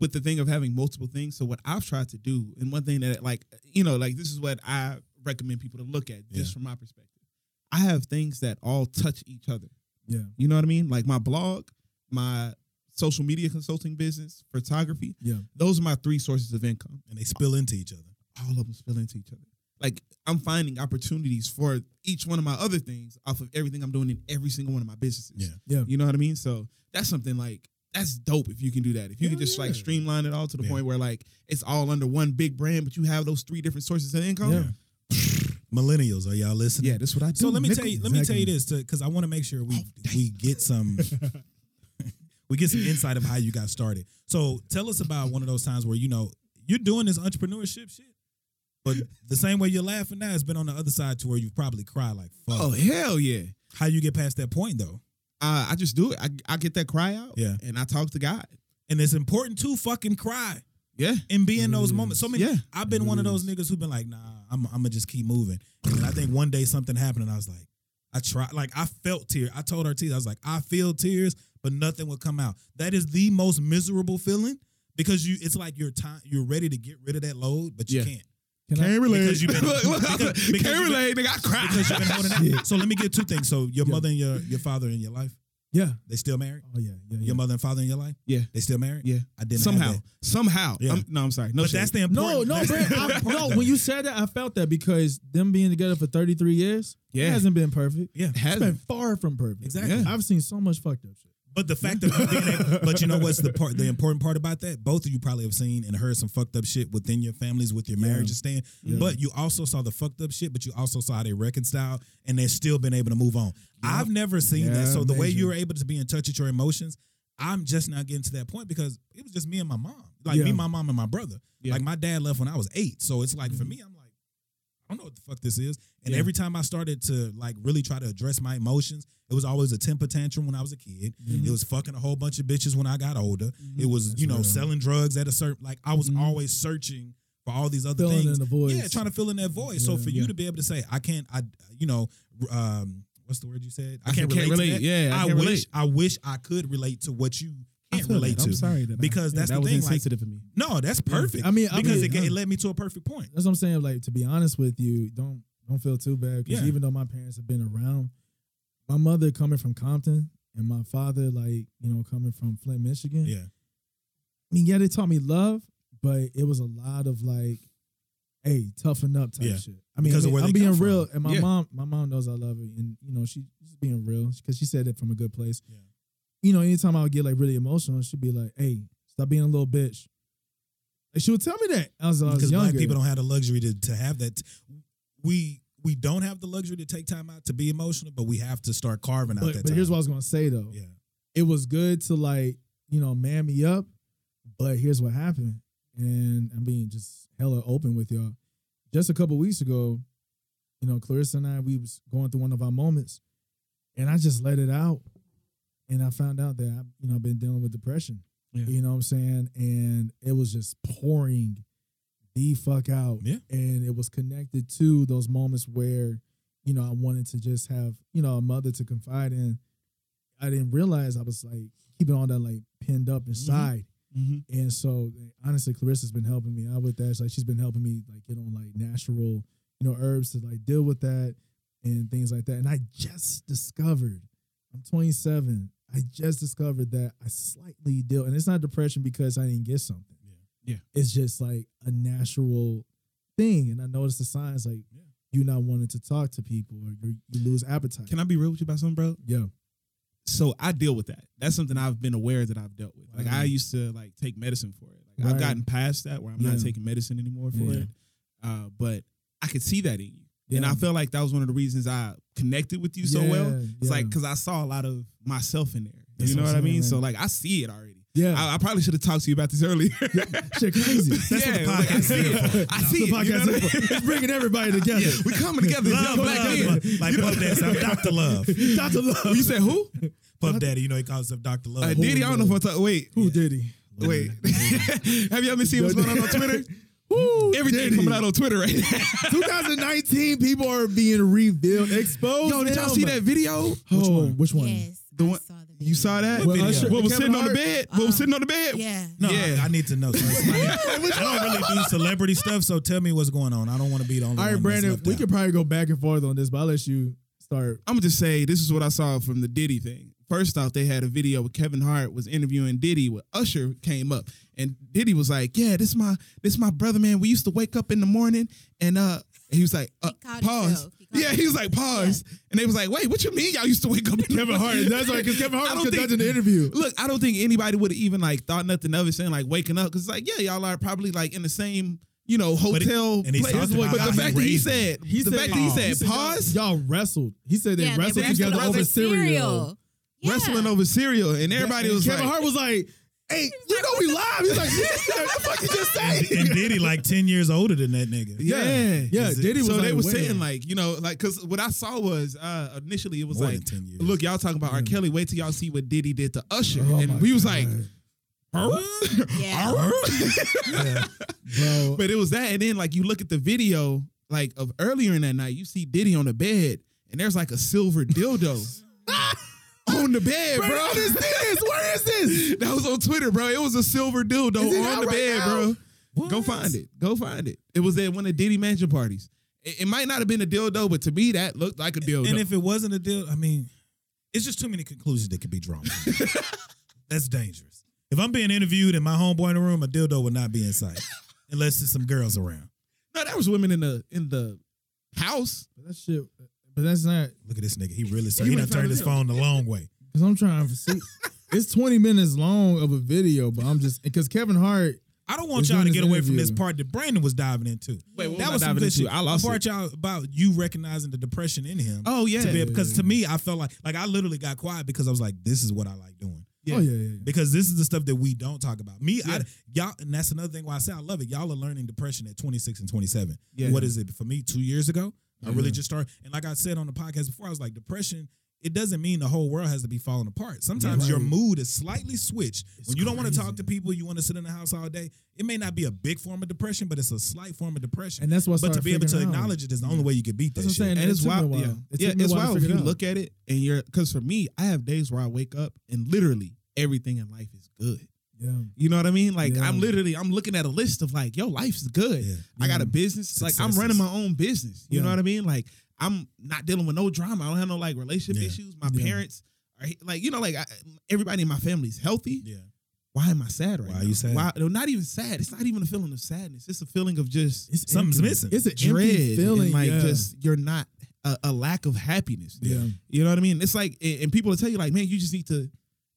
D: with the thing of having multiple things so what i've tried to do and one thing that like you know like this is what i recommend people to look at just from my perspective i have things that all touch each other
E: Yeah.
D: you know what i mean like my blog my social media consulting business photography
E: Yeah.
D: those are my three sources of income
C: and they spill into each other.
D: all of them spill into each other like i'm finding opportunities for each one of my other things off of everything i'm doing in every single one of my businesses
C: Yeah.
E: Yeah.
D: you know what I mean? So that's something like that's dope if you can do that. If you can just like streamline it all to the
C: Yeah.
D: point where like it's all under one big brand, but you have those three different sources of income. Yeah,
C: Millennials, are y'all listening?
D: that's what I do.
C: So let me
D: nickel.
C: tell you, let me tell you this, because I want to make sure we we get some we get some insight of how you got started. So tell us about one of those times where you know you're doing this entrepreneurship shit, but the same way you're laughing now, it's been on the other side to where you've probably cried like, "Fuck."
D: Oh hell yeah!
C: How you get past that point though?
D: Uh, I just do it. I, I get that cry out.
C: Yeah.
D: and I talk to God.
C: And it's important to fucking cry
D: Yeah,
C: and be in those moments. So many.
D: Yeah.
C: I've been one of those niggas who've been like, "Nah, I'm, I'm gonna just keep moving." And then I think one day something happened, and I was like, I tried. Like I felt tears. I told her tears. I was like, I feel tears, but nothing would come out. That is the most miserable feeling because you. It's like you're time. You're ready to get rid of that load, but you
D: Yeah.
C: can't.
E: Can I-
C: Because you've been,
D: look, look,
C: because- because
D: can't
C: you've been-
D: relate, nigga. I cry.
C: because you've been holding that. So let me get two things. So your mother and your your father in your life,
E: Yeah.
C: they still married.
E: Oh yeah. Yeah. yeah.
C: Your mother and father in your life,
D: Yeah,
C: they still married.
D: yeah.
C: I didn't have
D: somehow,
C: that.
D: somehow.
C: Yeah.
D: I'm, no, I'm sorry. No,
C: But
D: shade.
C: that's the
E: No,
C: important.
E: no,
C: that's the
E: Brand, I,
C: important
E: no.
C: thing.
E: When you said that, I felt that because them being together for 33 years,
D: Yeah.
E: it hasn't been perfect.
C: Yeah.
E: It's
D: Hasn't.
E: been far from perfect.
C: Exactly.
E: I've seen so much fucked up shit.
C: But the fact of you being able, but you know what's the part, the important part about that? Both of you probably have seen and heard some fucked up shit within your families with your marriages stand. But you also saw the fucked up shit, but you also saw how they reconciled and they've still been able to move on. I've never seen that.
E: Yeah,
C: So the way
E: amazing.
C: you were able to be in touch with your emotions, I'm just now getting to that point because it was just me and my mom, like me,
E: Yeah.
C: my mom, and my brother.
D: Yeah.
C: Like my dad left when I was eight, so it's like
E: Mm-hmm.
C: for me, I'm like. I don't know what the fuck this is. And
D: Yeah.
C: every time I started to like really try to address my emotions, it was always a temper tantrum when I was a kid.
D: Mm-hmm.
C: It was fucking a whole bunch of bitches when I got older. It was, you know, selling drugs at a certain like I
D: Mm-hmm.
C: was always searching for all these other
E: Filling in
C: things.
E: the void.
C: Yeah, trying to fill in that void. so for you to be able to say, I can't I you know, um, what's the word you said? I
D: can't relate.
C: to that.
D: Yeah, I
C: I,
D: can't
C: wish
D: relate.
C: I wish I could relate to what you can't
D: feel
C: relate
D: that.
C: to.
D: I'm sorry that I-
C: because
D: yeah,
C: that's
D: that
C: the
D: was
C: thing. Like,
D: insensitive of me.
C: no, that's perfect.
E: I mean, I
C: because
E: mean,
D: uh,
C: it, ga-
E: huh.
C: it led me to a perfect point.
E: That's what I'm saying. Like to be honest with you, don't don't feel too bad because
C: Yeah.
E: even though my parents have been around, my mother coming from Compton and my father like you know coming from Flint, Michigan.
C: Yeah.
E: I mean, yeah, they taught me love, but it was a lot of like, hey, toughen up type
C: Yeah.
E: shit. I mean,
C: Because of
E: I
C: where
E: am
C: they
E: being
C: come from.
E: real, and my
D: Yeah.
E: mom, my mom knows I love her, and you know she, she's being real because she said it from a good place.
C: Yeah.
E: You know, anytime I would get like really emotional, she'd be like, "Hey, stop being a little bitch." Like, she would tell me that I was, I was
C: because
E: younger.
C: black people don't have the luxury to, to have that. We we don't have the luxury to take time out to be emotional, but we have to start carving out
E: But,
C: that
E: but
C: time.
E: here's what I was gonna say though.
C: yeah,
E: It was good to like, you know, man me up, but here's what happened. And I'm being just hella open with y'all. Just a couple weeks ago, you know, Clarissa and I, we was going through one of our moments, and I just let it out. And I found out that I, you know, I've been dealing with depression.
D: Yeah.
E: You know what I'm saying? And it was just pouring the fuck out.
C: Yeah.
E: And it was connected to those moments where, you know, I wanted to just have, you know, a mother to confide in. I didn't realize I was like keeping all that like pinned up inside.
D: Mm-hmm.
E: And so honestly, Clarissa's been helping me out with that. It's like she's been helping me like get on like natural, you know, herbs to like deal with that and things like that. And I just discovered I'm 27. I just discovered that I slightly deal, and it's not depression because I didn't get something.
D: Yeah.
E: It's just like a natural thing. And I noticed the signs like you not wanting to talk to people or you you lose appetite.
D: Can I be real with you about something, bro?
E: yeah.
D: So I deal with that. That's something I've been aware that I've dealt with. Like I used to like take medicine for it. Like I've
E: Right.
D: gotten past that where I'm
E: Yeah.
D: not taking medicine anymore for
E: Yeah.
D: it. Uh, but I could see that in you. And
E: Yeah.
D: I felt like that was one of the reasons I connected with you so
E: Yeah,
D: well. It's like
E: yeah.
D: because I saw a lot of myself in there.
E: That's
D: you know
E: what
D: what,
E: I'm
D: I
E: saying,
D: mean?
E: man.
D: So like I see it already.
E: Yeah.
D: I, I probably should have talked to you about this earlier.
E: Shit, crazy. That's
D: yeah,
E: what the
D: like, I
E: podcast
D: see
E: is for.
D: it. I see it. You know what I mean?
E: It's bringing everybody together.
D: We coming together, young black men.
C: Like Puff Daddy, so I'm Dr. Love.
E: Dr. Love.
D: You said who?
C: Puff Daddy, you know he calls himself Dr. Love.
D: Uh, Diddy. I don't know if I talk. Wait,
E: Who did he?
D: Wait, have y'all been seeing what's going on on Twitter? Everything coming out on Twitter right now.
E: 2019 people are being revealed, exposed.
D: Yo, did y'all
E: now,
D: see
E: man.
D: that video?
E: Which one? Which one?
F: Yes.
D: The
F: I
D: one-
F: saw the video.
D: You saw that?
E: What video?
D: What was
E: Kevin
D: sitting on the
E: Hart?
D: bed? What was sitting on the bed?
F: Yeah.
C: No,
D: Yeah.
C: I, I need to know. So it's my- I don't really do celebrity stuff, so tell me what's going on. I don't want to be the only
E: All
C: one.
E: right,
C: that's
E: Brandon,
C: left
E: we
C: out.
E: could probably go back and forth on this, but I'll let you start.
D: I'm gonna just say this is what I saw from the Diddy thing. First off, they had a video where Kevin Hart was interviewing Diddy where Usher came up and Diddy was like, Yeah, this my this my brother, man. We used to wake up in the morning and uh he was like, uh,
F: called
D: pause.
F: himself. He called
D: yeah, he was like, pause. And they was like, wait, what you mean y'all used to wake up in Kevin Hart?
E: That's right, 'cause Kevin Hart
D: I
E: was
D: don't think-
E: conducting the interview.
D: Look, I don't think anybody would have even like thought nothing of it saying like waking up. Cause it's like, yeah, y'all are probably like in the same, you know,
C: he-
D: hotel.
C: and he
D: place.
C: talked
D: but
C: about how
D: the
C: he
D: fact that he
C: raised
D: said,
C: him.
D: he the fact that he said pause.
E: Y'all wrestled. He said they
F: Yeah,
E: wrestled together
F: wrestled
E: over cereal.
F: Yeah.
D: wrestling over cereal, and everybody
E: And
D: was
E: Kevin
D: like,
E: Hart was like, "Hey, you know we live." He's like, "Yeah, what the fuck you just say?"
C: and Diddy like ten years older than that nigga.
D: Yeah.
E: yeah.
C: Is it-
E: Diddy was
D: so
E: like,
D: they were
E: "Wait a
D: saying
E: minute."
D: like, you know, like because what I saw was uh initially it was
C: More
D: like,
C: than 10 years.
D: look, y'all talking about R.
E: Mm.
D: Kelly. Wait till y'all see what Diddy did to Usher,
E: Oh
D: and we was like, "Huh?"
F: Yeah.
E: bro,
D: but it was that, and then like you look at the video like of earlier in that night, you see Diddy on the bed, and there's like a silver dildo. On the bed, bro. What is this? Where is this? That was on Twitter, bro. It was a silver dildo
E: Is it
D: on
E: out
D: the
E: right
D: bed,
E: now?
D: bro. Go find it. Go find it. It was at one of Diddy Mansion parties. It, it might not have been a dildo, but to me, that looked like a dildo.
C: And if it wasn't a deal, I mean, it's just too many conclusions that could be drawn. That's dangerous. If I'm being interviewed and my homeboy in the room, a dildo would not be in sight. Unless there's some girls around.
D: no, there was women in the in the house.
E: that shit. But that's not
C: Look at this nigga. He really so he done
E: went for
C: turned
E: the
C: his phone the long way.
E: because I'm trying to see. It's 20 minutes long of a video, but I'm just because Kevin Hart.
C: I don't want
E: It's
C: y'all to
E: doing
C: get
E: this
C: away from this
E: interview.
C: part that Brandon was diving into.
D: Wait, what
C: that
D: was I
C: some
D: diving
C: good
D: into?
C: shit.
D: I lost
C: the part
D: it.
C: y'all about you recognizing the depression in him.
D: Oh, yeah.
C: to be because to me, I felt like like I literally got quiet because I was like, this is what I like doing.
E: Oh yeah, yeah, yeah.
C: Because this is the stuff that we don't talk about. Me, I, y'all, and that's another thing why I say I love it. Y'all are learning depression at 26 and 27.
D: Yeah.
C: What is it for me? Two years ago, I really just started. And like I said on the podcast before, I was like, depression. It doesn't mean the whole world has to be falling apart. Sometimes your mood is slightly switched. when you don't want to talk to people, you want to sit in the house all day. It may not be a big form of depression, but it's a slight form of depression.
E: And that's what
C: But
E: I
C: to
E: started
C: be able to
E: figuring out.
C: acknowledge it is the only way you can beat that
E: That's what
C: shit.
E: I'm
D: and
E: saying. it
D: it's
E: took me a
D: wild.
E: while.
D: Yeah,
E: It took
D: yeah
E: me a
D: it's
E: while to
D: wild if
E: figure
D: you
E: it out.
D: look at it and you're because for me, I have days where I wake up and literally everything in life is good.
E: Yeah.
D: You know what I mean? Like
E: Yeah.
D: I'm literally I'm looking at a list of like, yo, life's good.
C: Yeah.
D: I got a business. Like I'm
C: Mm. Successes.
D: running my own business. You
E: Yeah.
D: know what I mean? Like I'm not dealing with no drama. I don't have no like relationship
C: Yeah.
D: issues. My
E: Yeah.
D: parents are like, you know, like I, everybody in my family's healthy.
C: Yeah.
D: Why am I sad right
C: Why
D: now?
C: are you sad?
D: Why, no, not even sad. It's not even a feeling of sadness. It's a feeling of just
E: It's
C: Something's
E: empty.
C: missing.
E: It's an
D: dread
E: empty feeling,
D: and like
E: yeah.
D: just you're not a, a lack of happiness.
E: Yeah.
D: you know what I mean. It's like and and people will tell you like, man, you just need to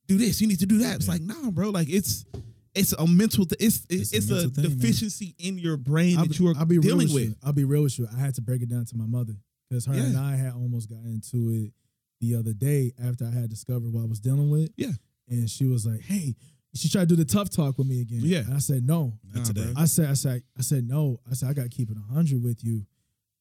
D: do this, you need to do that. It's like, nah, bro, like it's it's a mental, th- it's it's,
C: It's a
D: it's a,
C: mental thing, man.
D: deficiency in your brain
E: I'll
D: that
E: be-
D: you are
E: I'll be real
D: dealing
E: with.
D: with.
E: you. I'll be real with you. I had to break it down to my mother because her and
D: Yeah.
E: I had almost got into it the other day after I had discovered what I was dealing with.
D: Yeah.
E: and she was like, "Hey," she tried to do the tough talk with me again.
D: Yeah.
E: and I said no.
C: Not today.
E: I said, I said, I said no. I said I got to keep it hundred with you.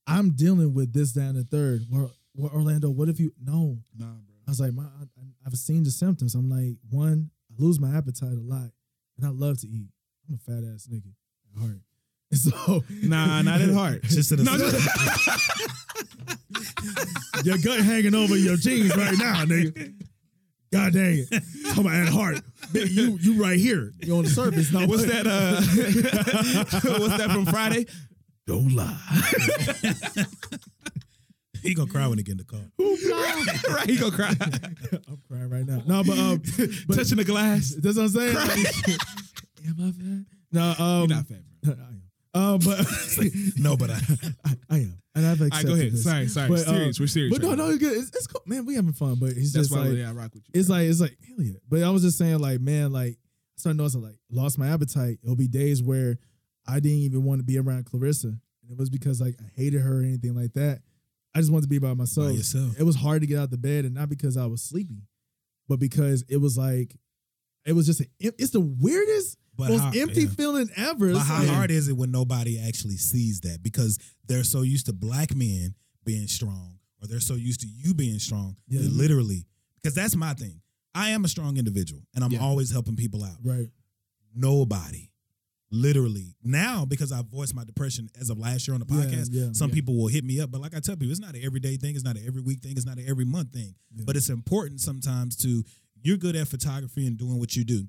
E: I'm dealing with this, that, and the third. Well, well, Orlando, what if you no?
D: Nah, bro.
E: I was like, my, I, I- I've seen the symptoms. I'm like, one, I lose my appetite a lot, and I love to eat. I'm a fat ass nigga at heart. And so
D: Oh, Nah, not at heart.
C: Just in a
D: No, just-
E: your gut hanging over your jeans right now, nigga. God dang it. Talking about at heart. Bitch, you you right here. You on the surface. Not
D: What's that? Uh, what's that from Friday? Don't lie.
C: He gonna cry when he get in the car.
D: right, he gonna cry.
E: I'm crying right now. No, but um, but
D: Touching the glass.
E: that's what I'm saying.
D: Am I fat?
E: no, um,
D: You're not fat, bro.
E: I am. Um, but
C: No, but I,
E: I, I am, and I've accepted
D: All right, go ahead.
E: this.
D: Sorry, sorry.
E: But, uh,
H: serious. We're serious.
E: But no,
H: right
E: no,
H: now.
E: it's good. It's, it's cool, man. We having fun, but he's
D: That's
E: just
D: why
E: like
D: yeah, I rock with you.
E: it's like it's like hell yeah. But I was just saying like man, like I started noticing like lost my appetite. It'll be days where I didn't even want to be around Clarissa, and it was because like I hated her or anything like that. I just wanted to be by myself.
C: by yourself.
E: It was hard to get out of bed, and not because I was sleepy, but because it was like it was just an, it's the weirdest,
C: But
E: most
C: how-
E: empty
C: yeah.
E: feeling ever.
C: But
E: It's
C: how
E: like-
C: hard is it when nobody actually sees that? Because they're so used to black men being strong, or they're so used to you being strong.
E: Yeah.
C: that Literally, because that's my thing. I am a strong individual, and I'm
D: Yeah.
C: always helping people out.
E: Right.
C: Nobody, literally now, because I voiced my depression as of last year on the
E: Yeah,
C: podcast.
E: yeah,
C: some
E: yeah.
C: people will hit me up, but like I tell people, it's not an everyday thing. It's not an every week thing. It's not an every month thing.
E: Yeah.
C: But it's important sometimes to you're good at photography and doing what you do.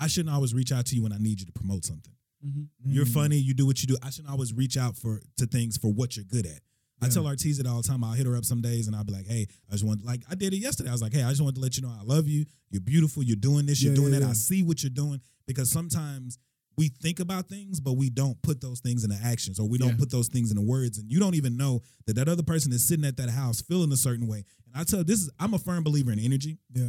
C: I shouldn't always reach out to you when I need you to promote something.
E: Mm-hmm.
C: You're funny. You do what you do. I shouldn't always reach out for to things for what you're good at. I
E: Yeah.
C: tell Artiz it all the time. I'll hit her up some days and I'll be like, hey, I just want like I did it yesterday. I was like, hey, I just wanted to let you know I love you. You're beautiful. You're doing this. You're
E: Yeah,
C: doing
E: yeah,
C: that. I
E: yeah.
C: see what you're doing because sometimes we think about things, but we don't put those things into actions or we don't
D: Yeah.
C: put those things into words. And you don't even know that that other person is sitting at that house feeling a certain way. And I tell this is I'm a firm believer in energy
E: Yeah.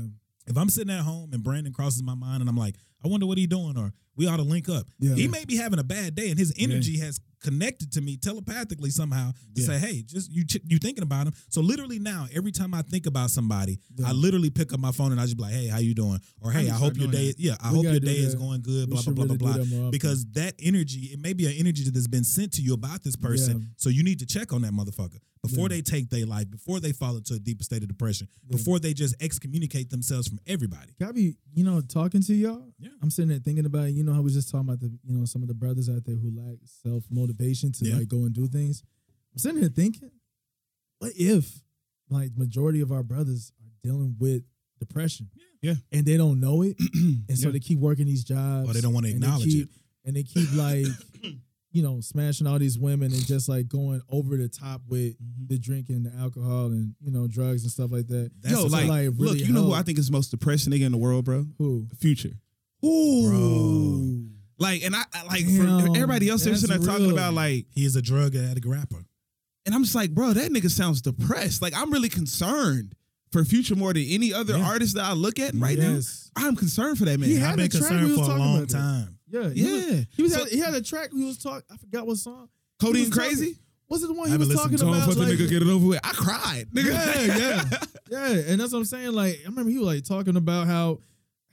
C: if I'm sitting at home and Brandon crosses my mind and I'm like, I wonder what he doing or we ought to link up.
E: Yeah.
C: He may be having a bad day and his energy has connected to me telepathically somehow to
E: Yeah.
C: say, hey, just you ch- you thinking about him. So literally now, every time I think about somebody,
E: Yeah.
C: I literally pick up my phone and I just be like, hey, how you doing? Or hey, I,
D: need to
C: hope
D: start
C: your
D: doing
C: day,
D: that.
C: yeah, I
E: We
C: hope
E: gotta
C: your
E: do
C: day is
E: that.
C: going good,
E: We
C: blah, blah,
E: should
C: blah,
E: really do
C: blah,
E: that more
C: blah.
E: often.
C: Because that energy, it may be an energy that has been sent to you about this person.
E: Yeah.
C: So you need to check on that motherfucker before
E: Yeah.
C: they take their life, before they fall into a deeper state of depression,
E: Yeah.
C: before they just excommunicate themselves from everybody.
E: Can I be, you know, talking to y'all?
C: Yeah.
E: I'm sitting there thinking about, it. you know, I was just talking about the, you know, some of the brothers out there who lack self motivation to
C: Yeah.
E: like go and do things. I'm sitting here thinking, what if like majority of our brothers are dealing with depression?
D: Yeah.
E: And they don't know it. and so they keep working these jobs.
C: Or they don't wanna
E: and
C: acknowledge
E: keep- And they keep like, you know, smashing all these women and just like going over the top with
C: Mm-hmm.
E: the drinking, the alcohol and, you know, drugs and stuff like that.
C: That's
D: Yo,
C: the
E: So,
D: like, look,
E: really
D: you know who I
E: help.
D: think is the most depressing nigga in the world, bro?
E: Who?
D: Future.
E: Ooh.
D: Like, and I, I like
E: Damn,
D: for everybody else, they're
E: that's
D: sitting there talking
E: real.
D: about like,
C: He is a drug addict rapper.
D: and I'm just like, bro, that nigga sounds depressed. Like, I'm really concerned for Future more than any other
C: Yeah.
D: artist that I look at right
E: Yes.
D: now. I'm concerned for that man.
E: He
C: I've
E: had
C: been
E: a track
C: concerned
E: we was
C: for a
E: talking
C: long
E: about that.
C: time.
E: Yeah, he was-
D: Yeah.
E: he was.
D: So-
E: at- he had a track. He was talk. I forgot what song.
D: Cody
E: He was
D: and
E: talking-
D: Crazy?
E: Was it the one
C: I
E: he
C: haven't
E: was talking
C: listened to him.
E: about?
H: Don't let the
E: like-
H: nigga get it over with.
D: I cried, nigga.
E: yeah, yeah, yeah. And that's what I'm saying. Like I remember he was like talking about how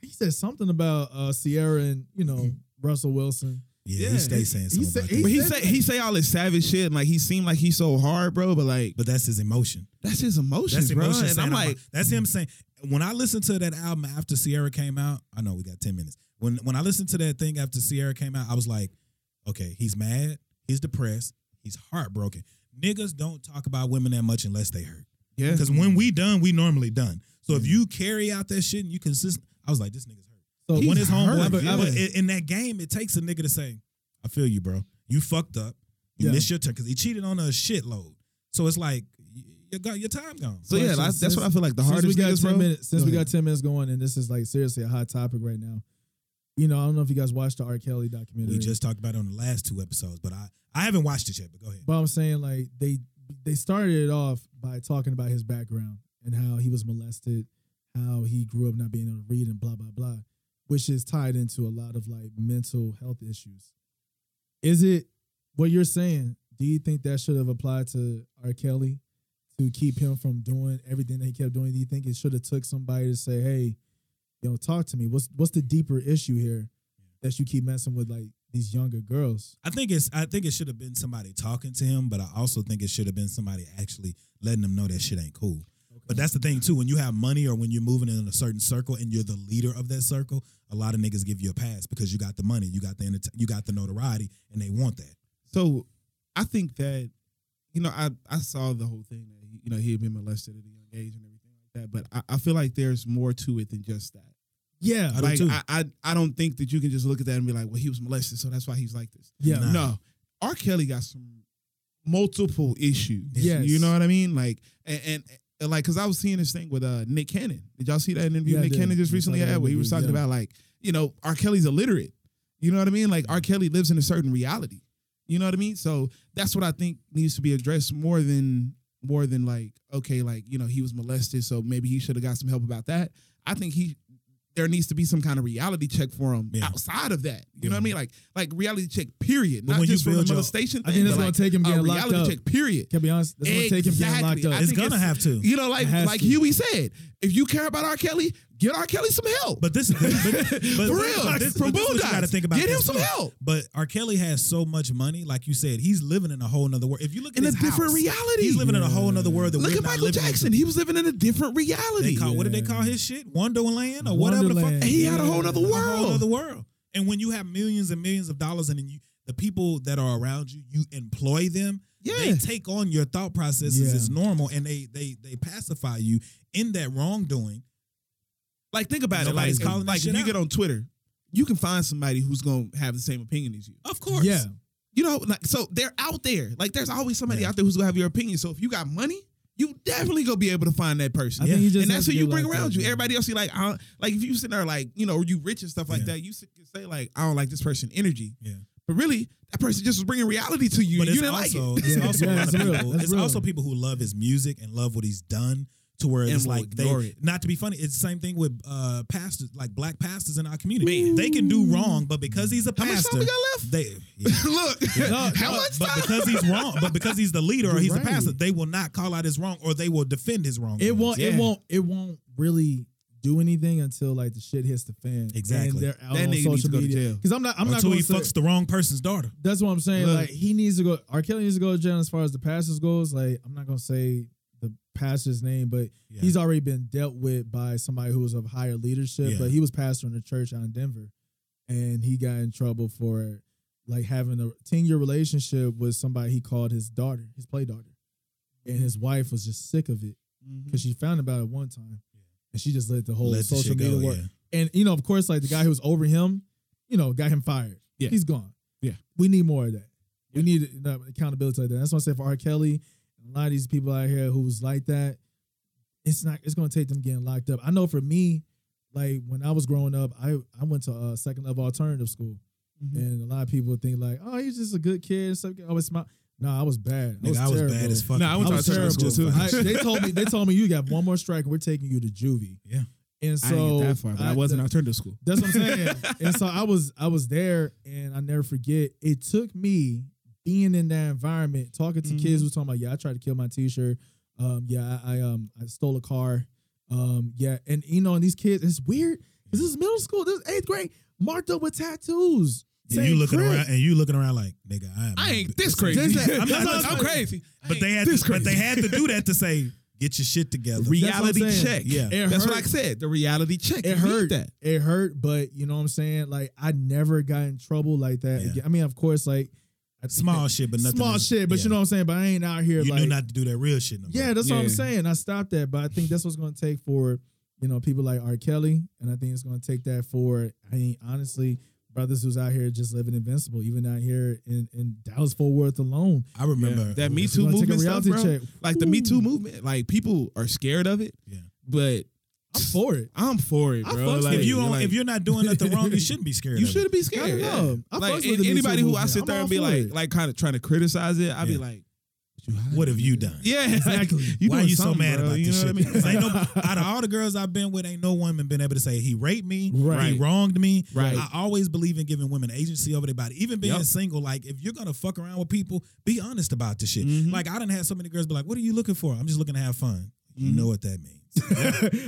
E: he said something about uh Sierra and you know Russell Wilson.
C: Yeah,
D: Yeah.
C: he stays saying
E: He
C: something
E: said-
C: about
E: he
C: that.
D: Mm-hmm. But he
E: said
D: say
E: that.
D: he say all this savage shit, and like he seemed like he's so hard, bro. But like,
C: but that's his emotion.
D: that's his emotions,
C: That's
D: bro.
C: emotion.
D: And
C: saying
D: I'm
C: about-
D: like,
C: that's him saying. When I listened to that album after Sierra came out, I know we got ten minutes. When when I listened to that thing after Sierra came out, I was like, okay, he's mad, he's depressed, he's heartbroken. Niggas don't talk about women that much unless they hurt.
D: yeah,
C: Because when we done, we normally done. So if you carry out that shit and you consistent, I was like, this nigga's hurt.
E: So
C: When his homeboy,
E: hurt,
C: but,
E: yeah.
C: but in, in that game, it takes a nigga to say, "I feel you, bro. You fucked up. You
E: Yeah.
C: missed your turn because he cheated on a shitload. So it's like y- your go- your time gone.
D: So yeah, that's, that's what I feel like the
E: Since we
D: hardest
E: got
D: niggas,
E: 10
D: bro.
E: minutes, since
D: Go
E: we
D: ahead.
E: got ten minutes going, and this is like seriously a hot topic right now. You know, I don't know if you guys watched the R. Kelly documentary.
C: we just talked about it on the last two episodes, but I I haven't watched it yet. But go ahead.
E: But I'm saying like they they started it off by talking about his background and how he was molested, how he grew up not being able to read and blah blah blah, which is tied into a lot of like mental health issues. Is it what you're saying? Do you think that should have applied to R. Kelly to keep him from doing everything that he kept doing? Do you think it should have took somebody to say, "Hey, you know, talk to me. What's what's the deeper issue here that you keep messing with like these younger girls?"
C: I think it's I think it should have been somebody talking to him, but I also think it should have been somebody actually letting him know that shit ain't cool. But that's the thing too. When you have money or when you're moving in a certain circle and you're the leader of that circle, a lot of niggas give you a pass because you got the money, you got the enter- you got the notoriety, and they want that.
D: So I think that, you know, I, I saw the whole thing that, you know, he had been molested at a young age and everything like that, but I, I feel like there's more to it than just that.
E: Yeah,
C: I do
D: like
C: too.
D: I, I I don't think that you can just look at that and be like, well, he was molested, so that's why he's like this.
E: yeah,
C: Nah.
D: No, R. Kelly got some multiple issues.
E: Yes.
D: you know what I mean. Like and. and and, like, cause I was seeing this thing with uh, Nick Cannon. Did y'all see that interview
E: Yeah, I
D: Nick
E: did.
D: Cannon just
E: I
D: recently
E: saw that
D: had, where he was
E: interview,
D: talking
E: yeah.
D: about like, you know, R. Kelly's illiterate. You know what I mean? Like R. Kelly lives in a certain reality. You know what I mean? So that's what I think needs to be addressed more than more than like, okay, like, you know, he was molested, so maybe he should have got some help about that. I think he there needs to be some kind of reality check for him
C: Yeah.
D: outside of that. You know what I mean? Like like reality check, period.
C: But
D: Not
C: when you
D: just from the
C: build your-
D: molestation
E: I
D: thing,
E: think that's
D: but,
E: gonna
D: like,
E: take him
D: a
E: getting locked
D: reality
E: up.
D: check, period.
E: Can I be honest. That's gonna take him getting locked
D: Exactly.
E: up.
D: I
C: It's
D: think
C: gonna have to.
D: You know, like
E: It has
D: like
E: to.
D: Huey said, if you care about R. Kelly, get R. Kelly some help.
C: But this, but, but, but
D: For real,
C: this,
D: from
C: but this what you
D: Boondocks.
C: got to think about.
D: Get him
C: this,
D: some
C: too.
D: help.
C: But R. Kelly has so much money, like you said, he's living in a whole nother world. If you look at
D: In a
C: his
D: different
C: house,
D: reality.
C: he's living in a whole nother world. That
D: Look
C: we're
D: at
C: not
D: Michael
C: living in.
D: Jackson. He was living in a different
C: They
D: reality.
C: call, What did they call his shit? Wonderland or whatever the fuck.
E: Wonderland.
D: he had a whole nother
C: A whole
D: world.
C: other world. And when you have millions and millions of dollars, and then you, the people that are around you, you employ them. They
D: Yeah.
C: take on your thought processes
E: Yeah.
C: as normal, and they they they pacify you in that wrongdoing.
D: Like, think about
C: Nobody's
D: it. Like,
C: calling that
D: like if
C: shit
D: you
C: out.
D: get on Twitter, you can find somebody who's gonna have the same opinion as you.
C: Of course,
E: Yeah,
D: You know, like so they're out there. Like, there's always somebody out there who's gonna have your opinion. So if you got money, you definitely gonna be able to find that person.
E: I think he just
D: and that's
E: has to
D: who you
E: get
D: bring
E: locked
D: around
E: up,
D: you.
E: yeah.
D: Everybody else, you like, I don't, like if you sitting there like, you know, you rich and stuff like
C: Yeah.
D: that. You sit- you say like, I don't like this person energy,
C: yeah.
D: but really that person just was bringing reality to you.
C: But
D: and
C: it's
D: you didn't
C: also,
D: like it.
C: It's
E: Yeah,
C: also a
E: yeah,
C: lot of
E: that's real.
C: people.
E: That's
C: It's
E: real.
C: also people who love his music and love what he's done. To where
D: And
C: it's
D: will
C: like they
D: ignore it.
C: not to be funny. It's the same thing with uh pastors, like black pastors in our community. They can do wrong, but because he's a
D: How much
C: pastor,
D: time we got left?
C: they yeah.
D: Look, how
C: but,
D: much
C: but
D: time?
C: because he's wrong, but because he's the leader or he's
E: Right.
C: the pastor, they will not call out his wrong or they will defend his wrong.
E: it won't. It
D: Yeah.
E: won't. It won't really do anything until like the shit hits the fan.
C: Exactly.
E: And they're out
D: That
E: on
D: nigga
E: social
D: needs to go to
E: media.
D: jail.
E: Because I'm not. I'm not
C: until
E: going
C: he
E: to say.
C: fucks the wrong person's daughter.
E: That's what I'm saying.
D: Look.
E: Like he needs to go. R. Kelly needs to go to jail as far as the pastors goes. Like I'm not gonna say the pastor's name, but
C: Yeah.
E: he's already been dealt with by somebody who was of higher leadership.
C: Yeah.
E: But he was pastoring a church out in Denver, and he got in trouble for like having a ten year relationship with somebody he called his daughter, his play daughter, and his wife was just sick of it because she found about it one time, and she just let the whole
C: Mm-hmm. Let the
E: social
C: shit go,
E: media work.
C: yeah.
E: And you know, of course, like the guy who was over him, you know, got him fired.
D: Yeah.
E: he's gone.
D: Yeah.
E: we need more of that. We need uh, accountability like that. That's why I say for R. Kelly, a lot of these people out here who was like that, it's not. It's gonna take them getting locked up. I know for me, like when I was growing up, I I went to uh, second level alternative school,
C: Mm-hmm.
E: and a lot of people think like, oh, he's just a good kid. So always smile. No, I was bad. I
C: Nigga,
E: was,
C: I was
E: terrible.
C: bad as fuck.
H: Nah, I went
E: I
H: to
E: was
H: alternative
E: terrible.
H: school too.
E: I- they told me they told me you got one more strike, we're taking you to juvie.
C: Yeah.
E: And
D: I
E: so
D: didn't get that far, but I, was in
E: th-
D: alternative school.
E: That's what I'm saying. and so I was I was there and I never forget it took me being in that environment, talking to
C: Mm-hmm.
E: kids who was talking about, yeah, I tried to kill my teacher. Um, yeah, I, I um I stole a car. Um, yeah, and you know, and these kids, it's weird. 'cause This is middle school, this is eighth grade, marked up with tattoos.
C: And you
E: saying
C: looking
E: crip.
C: around and you looking around like, nigga, I, am
D: I ain't
C: this
D: this crazy.
E: that-
D: I'm,
E: that's what I'm
D: I'm
E: saying.
D: crazy. I
C: But
D: ain't
C: they had
D: this
C: to, but
D: crazy.
C: they had to do that to say, get your shit together.
D: reality
E: I'm saying.
D: check.
C: Yeah.
E: It
D: that's what I
E: hurt.
D: said. The reality check. You
E: it
D: need
E: hurt
D: That.
E: It hurt, but you know what I'm saying? Like I never got in trouble like that.
C: Yeah.
E: again. I mean, of course, like
C: Small shit, but nothing.
E: small
C: to-
E: shit, but
C: yeah.
E: you know what I'm saying? But I ain't out here
C: you
E: like
C: knew not to do that real shit. No more.
E: Yeah, that's what I'm
D: Yeah.
E: saying. I stopped that, but I think that's what's gonna take for, you know, people like R. Kelly, and I think it's gonna take that for I mean, honestly, brothers who's out here just living invincible, even out here in, in Dallas Fort Worth alone.
C: I remember
D: That Me
E: If
D: Too
E: you wanna take a
D: movement stuff, bro.
E: reality check,
D: Like the Me Too
E: ooh.
D: movement. Like people are scared of it.
C: Yeah.
D: But
E: I'm for it.
D: I'm for it,
E: I
D: bro.
E: fucks
D: Like,
C: If you don't,
D: like,
C: if you're not doing nothing wrong, you shouldn't be scared.
D: you
C: of it.
D: shouldn't be scared.
E: I don't know. I
D: Like
E: fucks
D: a-
E: with the Me Too
D: anybody who I
E: movement.
D: sit
E: I'm
D: there
E: all
D: and be
E: for
D: like,
E: it.
D: like kind of trying to criticize it, I'd be
C: Yeah.
D: like,
C: What have you done?
D: yeah,
E: Exactly.
D: you
C: Why are
D: doing
C: you so
D: something,
C: mad
D: bro.
C: about
D: You
C: this
D: know
C: shit?
D: what I mean?
C: 'Cause ain't no, out of all the girls I've been with, ain't no woman been able to say he raped me,
E: Right.
C: he wronged me.
D: Right.
C: I always believe in giving women agency over their body. Even being
D: Yup.
C: single, like if you're gonna fuck around with people, be honest about the shit.
D: Mm-hmm.
C: Like I done had so many girls be like, "What are you looking for? I'm just looking to have fun." You
D: Mm-hmm.
C: know what that means.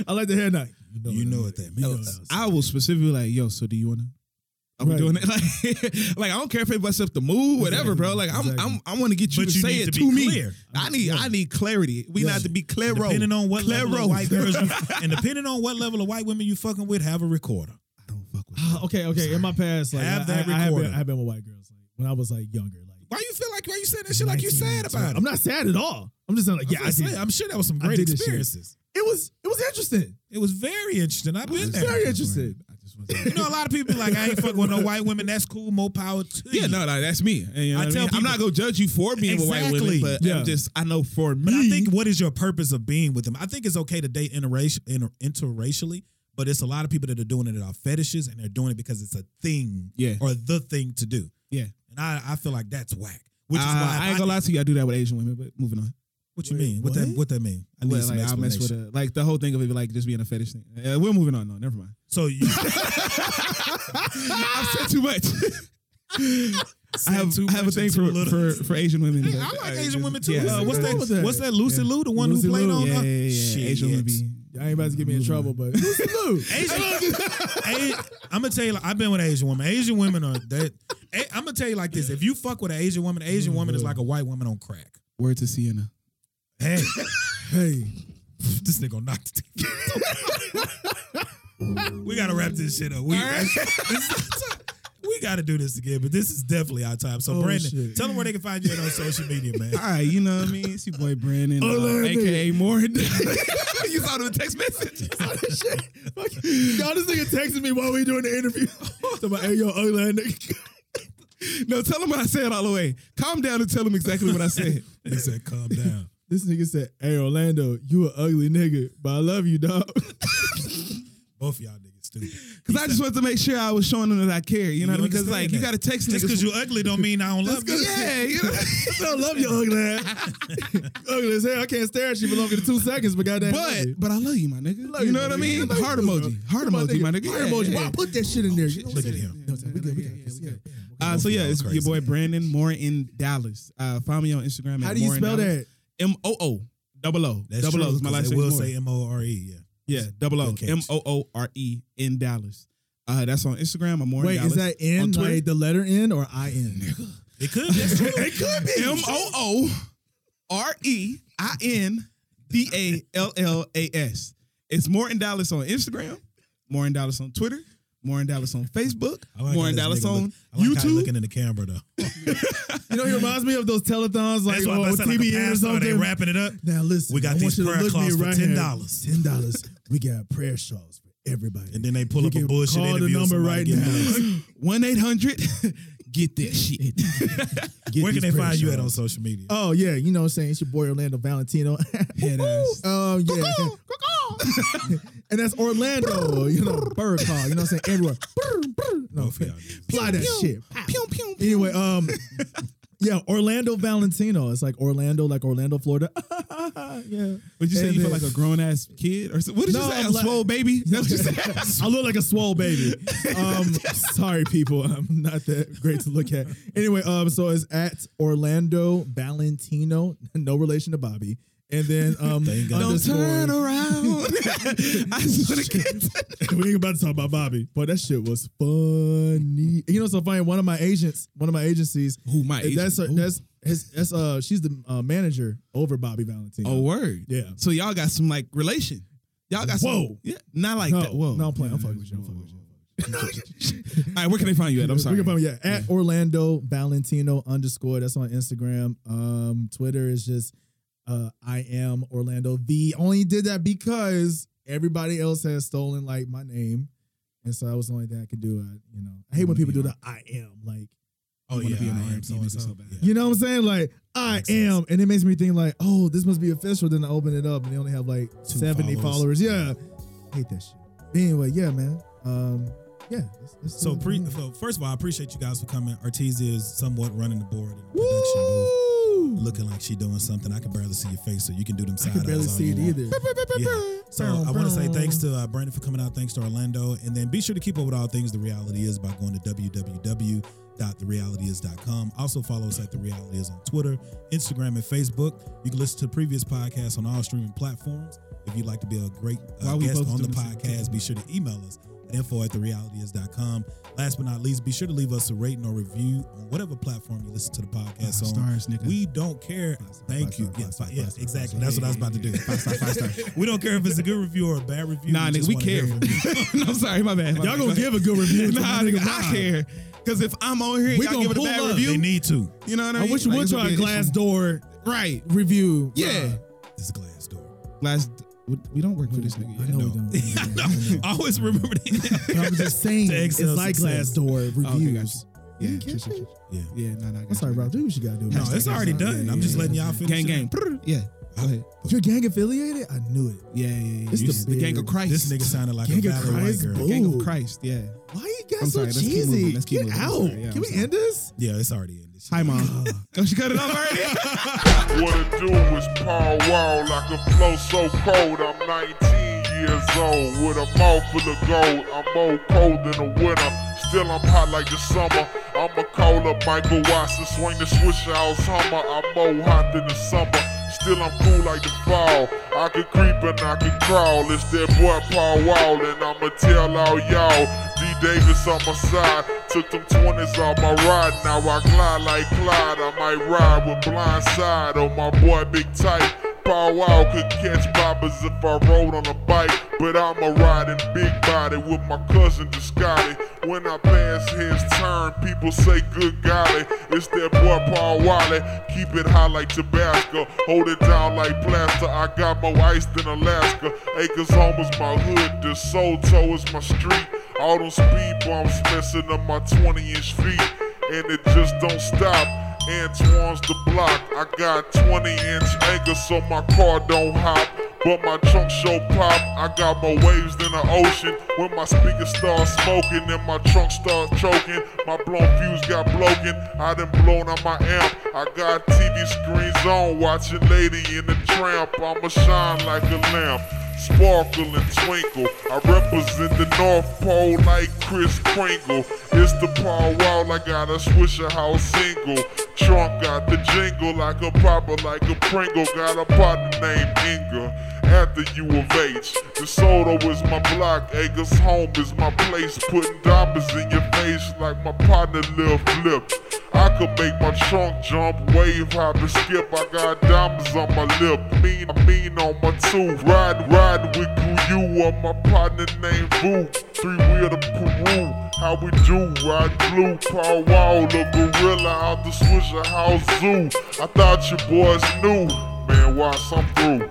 E: I like the hair night.
C: you know what that means.
D: I will specifically like, yo, so do you wanna? Are we
E: Right.
D: doing it? Like, like I don't care if it busts up the mood, whatever, bro. Like I'm,
E: Exactly.
D: I'm, I want to get you
C: But
D: to
C: you
D: say
C: need
D: it
C: to
D: to
C: be
D: me.
C: clear.
D: I need, I need clarity. We
E: Yeah.
D: not to be clear.
C: Depending on what
D: clear
C: level of white girls, you, and depending on what level of white women you fucking with, have a recorder.
E: Ah, okay, okay. In my past, like
C: Have
E: I,
C: that
E: I, I have been,
C: recorded.
E: I have been with white girls like, when I was like younger. Like
C: Why you feel like why you saying that shit like you sad about it?
E: I'm not sad at all. I'm just saying like, yeah, I
C: I
E: did.
C: am sure that was some
E: I
C: great
E: did this shit.
C: experiences.
E: It was it was interesting.
C: It was very interesting. I've been
E: It's
C: there.
E: very interesting.
D: I just wasn't.
C: You know, a lot of people be like, I ain't fucking with no white women. That's cool. More power to you.
D: Yeah, no, no, that's me. And, you know
C: I
D: what I
C: tell
D: am not
C: people-
D: gonna judge you for being with white
C: Exactly.
D: women, but
E: Yeah.
D: I'm just I know for me.
C: But I think what is your purpose of being with them? I think it's okay to date interracial, inter- interracially, but it's a lot of people that are doing it that are fetishes and they're doing it because it's a thing
D: Yeah.
C: or the thing to do.
D: yeah,
C: And I, I feel like that's whack. Which is
D: Uh,
C: why
D: I ain't gonna lie to you. I do that with Asian women, but moving on.
C: What you mean? What, that? What that mean? I need
D: Well,
C: some
D: like, I mess with
C: explanation.
D: a, like the whole thing of it, like just being a fetish thing. Uh, we're moving on. No, never mind.
C: So you
D: I've said too much. I have,
C: too
D: I have a
C: much
D: thing
C: and
D: for,
C: too little.
D: for for Asian women.
C: Hey,
D: but,
C: I like
D: uh,
C: Asian
D: just-
C: women too.
D: yeah.
C: Uh, what's
E: What's that?
C: that? What's that? Lucy Lou, the one
D: Lucy
C: who played
D: Liu,
C: on.
D: Yeah,
C: uh,
D: yeah, yeah.
C: shit.
D: Asian women be.
E: Y'all ain't about to get me in trouble, but
C: Asian, I'm gonna tell you, like, I've been with Asian women. Asian women are that. I'm gonna tell you like this: if you fuck with an Asian woman, an
D: Mm-hmm.
C: Asian woman is like a white woman on crack.
D: Word to Sienna.
C: Hey, hey, this nigga gonna knock the teeth. we gotta wrap this shit up. We, we gotta do this again, but this is definitely our time. So,
E: Oh,
C: Brandon,
E: shit.
C: tell them where they can find you at on social media, man.
D: All right, you know what I mean. It's your boy Brandon, uh, aka Morgan. you saw the text message.
E: y'all this nigga texted me while we doing the interview. so my hey yo ugly ass nigga.
D: no, tell him what I said all the way. Calm down and tell him exactly what I said.
C: He said, "Calm down."
E: This nigga said, "Hey Orlando, you an ugly nigga, but I love you, dog."
C: Both of y'all niggas stupid.
D: Because I just wanted to make sure I was showing them that I care. You know what I mean? Because
C: understand
D: like you
C: that.
D: got to text
C: Just
D: niggas.
C: because you ugly don't mean I don't love you.
D: yeah, you know?
E: I love you, ugly ass. ugly as hell. I can't stare at you for longer than two seconds, but goddamn. I love you.
D: but but I love you, my nigga. you know what I mean? Heart emoji, heart
E: My
D: emoji, my nigga.
E: Heart
D: Yeah,
E: emoji.
D: yeah.
E: Why I put that shit in there?
C: Look at him.
D: Uh, so yeah, it's
C: Y'all
D: your
C: crazy.
D: boy Brandon Moore in Dallas. Uh, find me on Instagram.
E: How
D: at
E: do you
D: Moore in
E: spell
D: Dallas.
E: that?
D: M O O double O
C: That's
D: double
C: true,
D: O. is My
C: 'cause they
D: last name
C: will
D: Moore.
C: say M O R E. Yeah.
D: Yeah, double O
C: Good catch.
D: M O O R E in Dallas. Uh, that's on Instagram. I'm Moore
E: Wait,
D: in Dallas.
E: is that N
D: on Twitter?
E: like the letter N or I N?
C: It could. That's true. it could be.
D: M
E: E.
D: O O R E I N D A L L A S. It's More in Dallas on Instagram, More in Dallas on Twitter, More in Dallas on Facebook, More in Dallas on YouTube.
C: looking in the camera though.
E: You know, he reminds me of those telethons like
C: That's why
E: on
C: I sound like a
E: TBN or
C: pastor. They
E: something.
C: wrapping it up.
E: Now listen,
C: We got
E: I want
C: these
E: you to
C: prayer
E: look me
C: cloths for
E: right here.
C: $10.
E: Ten dollars. We got prayer shawls for everybody.
C: And then they pull up a
E: can
C: bullshit
E: call
C: interview
E: the
C: and
E: number
C: somebody
E: right
C: get
E: now.
C: mad.
D: 1 800, get that shit.
E: Get
C: Where can
E: these
C: they
E: prayer
C: find you at on
E: shawls.
C: social media?
E: Oh yeah, you know what I'm saying? It's your boy Orlando Valentino.
D: Head ass.
E: Oh yeah. and that's Orlando, you know, bird call, you know what I'm saying? Everywhere. Brr, brr. No,
C: Both of y'all niggas.
E: fly that shit.
D: Pew, pew, pew.
E: Anyway, um, yeah, Orlando Valentino. It's like Orlando, like Orlando, Florida. yeah.
D: Would you say
E: And
D: you
E: then-
D: feel like a grown ass kid? or so? What did
E: No,
D: you say?
E: I'm
D: a
E: like-
D: swole baby? That's what you said.
E: I look like a swole baby. Um, sorry, people. I'm not that great to look at. Anyway, um, so it's at Orlando Valentino, no relation to Bobby. And then um,
D: Don't
E: underscore-
D: turn around. I just want to get
E: we ain't about to talk about Bobby, but that shit was funny. You know, what's so funny. One of my agents, one of my agencies,
D: Who, my
E: that's
D: agent?
E: her- that's his, that's uh, she's the uh, manager over Bobby Valentino.
D: Oh word.
E: Yeah.
D: So y'all got some like relation. Y'all got some.
E: Whoa.
D: Yeah. Not like
E: no,
D: that. Whoa.
E: no, I'm playing. I'm fucking with you. I'm fucking with you.
D: All right, where can they
C: Oh,
D: find you at? I'm sorry.
E: We can find, yeah, at Orlando Valentino underscore. That's on Instagram. Um, Twitter is just uh, I am Orlando V. Only did that because everybody else has stolen like my name, and so that was the only thing I could do. I, you know, I hate when people do the I am like.
C: Oh
D: wanna
C: yeah,
D: be an
C: I
D: R&B
C: am so and
D: nigga so
C: so.
D: bad.
E: You know what I'm saying? Like, I
C: Makes sense.
E: am. And it makes me think, like, oh, this must be official. Then I open it up and they only have like
C: Two
E: 70
C: followers.
E: followers. Yeah. Hate that shit. Anyway, yeah, man. Um, yeah. that's- that's
C: So,
E: it.
C: pre- so first of all, I appreciate you guys for coming. Artesia is somewhat running the board in the production booth,
E: Woo!
C: looking like she doing something. I can barely see your face, so you can do them side
E: I can barely
C: eyes all
E: see
C: you
E: it
C: want.
E: either.
C: Yeah. So I want to say thanks to uh, Brandon for coming out. Thanks to Orlando. And then be sure to keep up with all things The Reality Is by going to www.therealityis.com. Also follow us at The Reality Is on Twitter, Instagram, and Facebook. You can listen to previous podcasts on all streaming platforms. If you'd like to be a great
D: Why
C: uh,
D: we
C: guest
D: both
C: on the
D: doing this at the same
C: podcast, be sure to email us at info at therealityis.com. Last but not least, be sure to leave us a rating or review on whatever platform you listen to the podcast
D: Five
C: on.
D: Ah, stars, nigga.
C: We don't care. Thank you.
E: star,
C: Yeah,
E: five star,
C: fi- yeah,
E: five star,
C: exactly.
E: five
C: That's what I was
E: star.
C: about to do. Five star, five star. We don't care if it's a good review or a bad review.
D: Nah, nigga,
C: just
D: we
C: wanna hear
D: care.
C: a review.
D: no, I'm sorry, my bad. my
E: Y'all
D: bad,
E: gonna
D: my
E: give
D: bad.
E: a good review.
D: Nah,
E: to my
D: nigga,
E: Bob.
D: I care. Cause if I'm on here, and
E: We
D: y'all
E: gonna
D: give it a
E: pull
D: bad
E: up.
C: They
D: review.
C: need to.
D: You know what I
E: I
D: mean?
E: wish you
D: Like,
E: would
D: it's
E: try
D: gonna
E: a
D: be an
E: glass
D: issue.
E: door
D: Right.
E: review.
D: Yeah.
E: Bruh.
C: This is glass door.
D: Glass We, we don't work for this nigga.
E: I
D: yet.
E: know we
D: No.
E: don't.
C: I know. I always remember that.
E: I'm just saying,
C: To
E: it's
C: Excel
E: like
C: success.
E: Glassdoor
D: Oh, okay, gotcha.
E: reviews.
D: Yeah,
E: You
D: sure,
E: catch
D: sure,
E: me?
D: sure.
C: Yeah.
D: Yeah, no, no.
E: I'm sorry, bro. Do what you gotta do.
C: No, it's already done. I'm just letting y'all finish.
D: Gang,
C: it
D: gang.
C: up.
D: Yeah, go ahead.
E: You're gang affiliated? I knew it.
D: Yeah, yeah, yeah.
E: It's
D: You
E: the
D: s- the, Gang of
E: big-
D: Christ.
C: This nigga sounded like
E: Gang
C: a
E: of
C: valid white
E: Christ,
C: girl.
E: boo.
D: Gang
E: Ooh.
D: of Christ. Yeah.
E: Why you got
D: I'm
E: so
D: sorry, let's keep
E: cheesy?
D: moving, let's keep
E: Get
D: moving. I'm
E: out.
D: sorry, yeah,
E: Can
D: I'm
E: we
D: sorry.
E: end this?
C: Yeah, it's already in this.
D: Hi, mom. oh, she cut it off already.
A: What it do is Paul Wall. I can flow so cold, I'm 19 years old. With a mouth full of gold, I'm more cold than the winter. Still, I'm hot like the summer. I'm a caller, Michael Watson. Swing the switch house Hummer. I'm more hot than the summer. Still, I'm cool like the fall. I can creep and I can crawl. It's that boy Paul Wall, and I'ma tell all y'all. D Davis on my side. Took them 20s off my ride. Now I glide like Clyde. I might ride with blind side on my boy Big Tight. Pow wow could catch boppers if I rode on a bike. But I'ma ride in big body with my cousin Descotti. When I pass his turn, people say good golly. It's that boy Paul Wally. Keep it hot like Tabasco. Hold it down like plaster. I got more ice than Alaska. Acres home is my hood. The soul toe is my street. All them speed bumps messing up my 20 inch feet, and it just don't stop. Antoine's the block. I got 20 inch anchor so my car don't hop. But my trunk show pop. I got more waves than the ocean. When my speakers start smoking and my trunk start choking, my blown fuse got bloken. I done blown on my amp. I got TV screens on, watching Lady in the Tramp. I'ma shine like a lamp sparkle and twinkle. I represent the North Pole like Chris Kringle. It's the Paul Wall, I got a Swisher House single. Trump got the jingle like a popper, like a Pringle. Got a partner named Inga. After U of H, the soda is my block, Acres home is my place. Putting dollars in your face like my partner Lil Flip. I could make my trunk jump, wave hop and skip. I got diamonds on my lip, mean, mean on my tooth. Ride, ride with Kuyu or my partner named Boo. Three wheel to Peru, how we do? Ride blue, power wall, a gorilla out the Swisher House Zoo. I thought you boys knew, man, watch I'm through.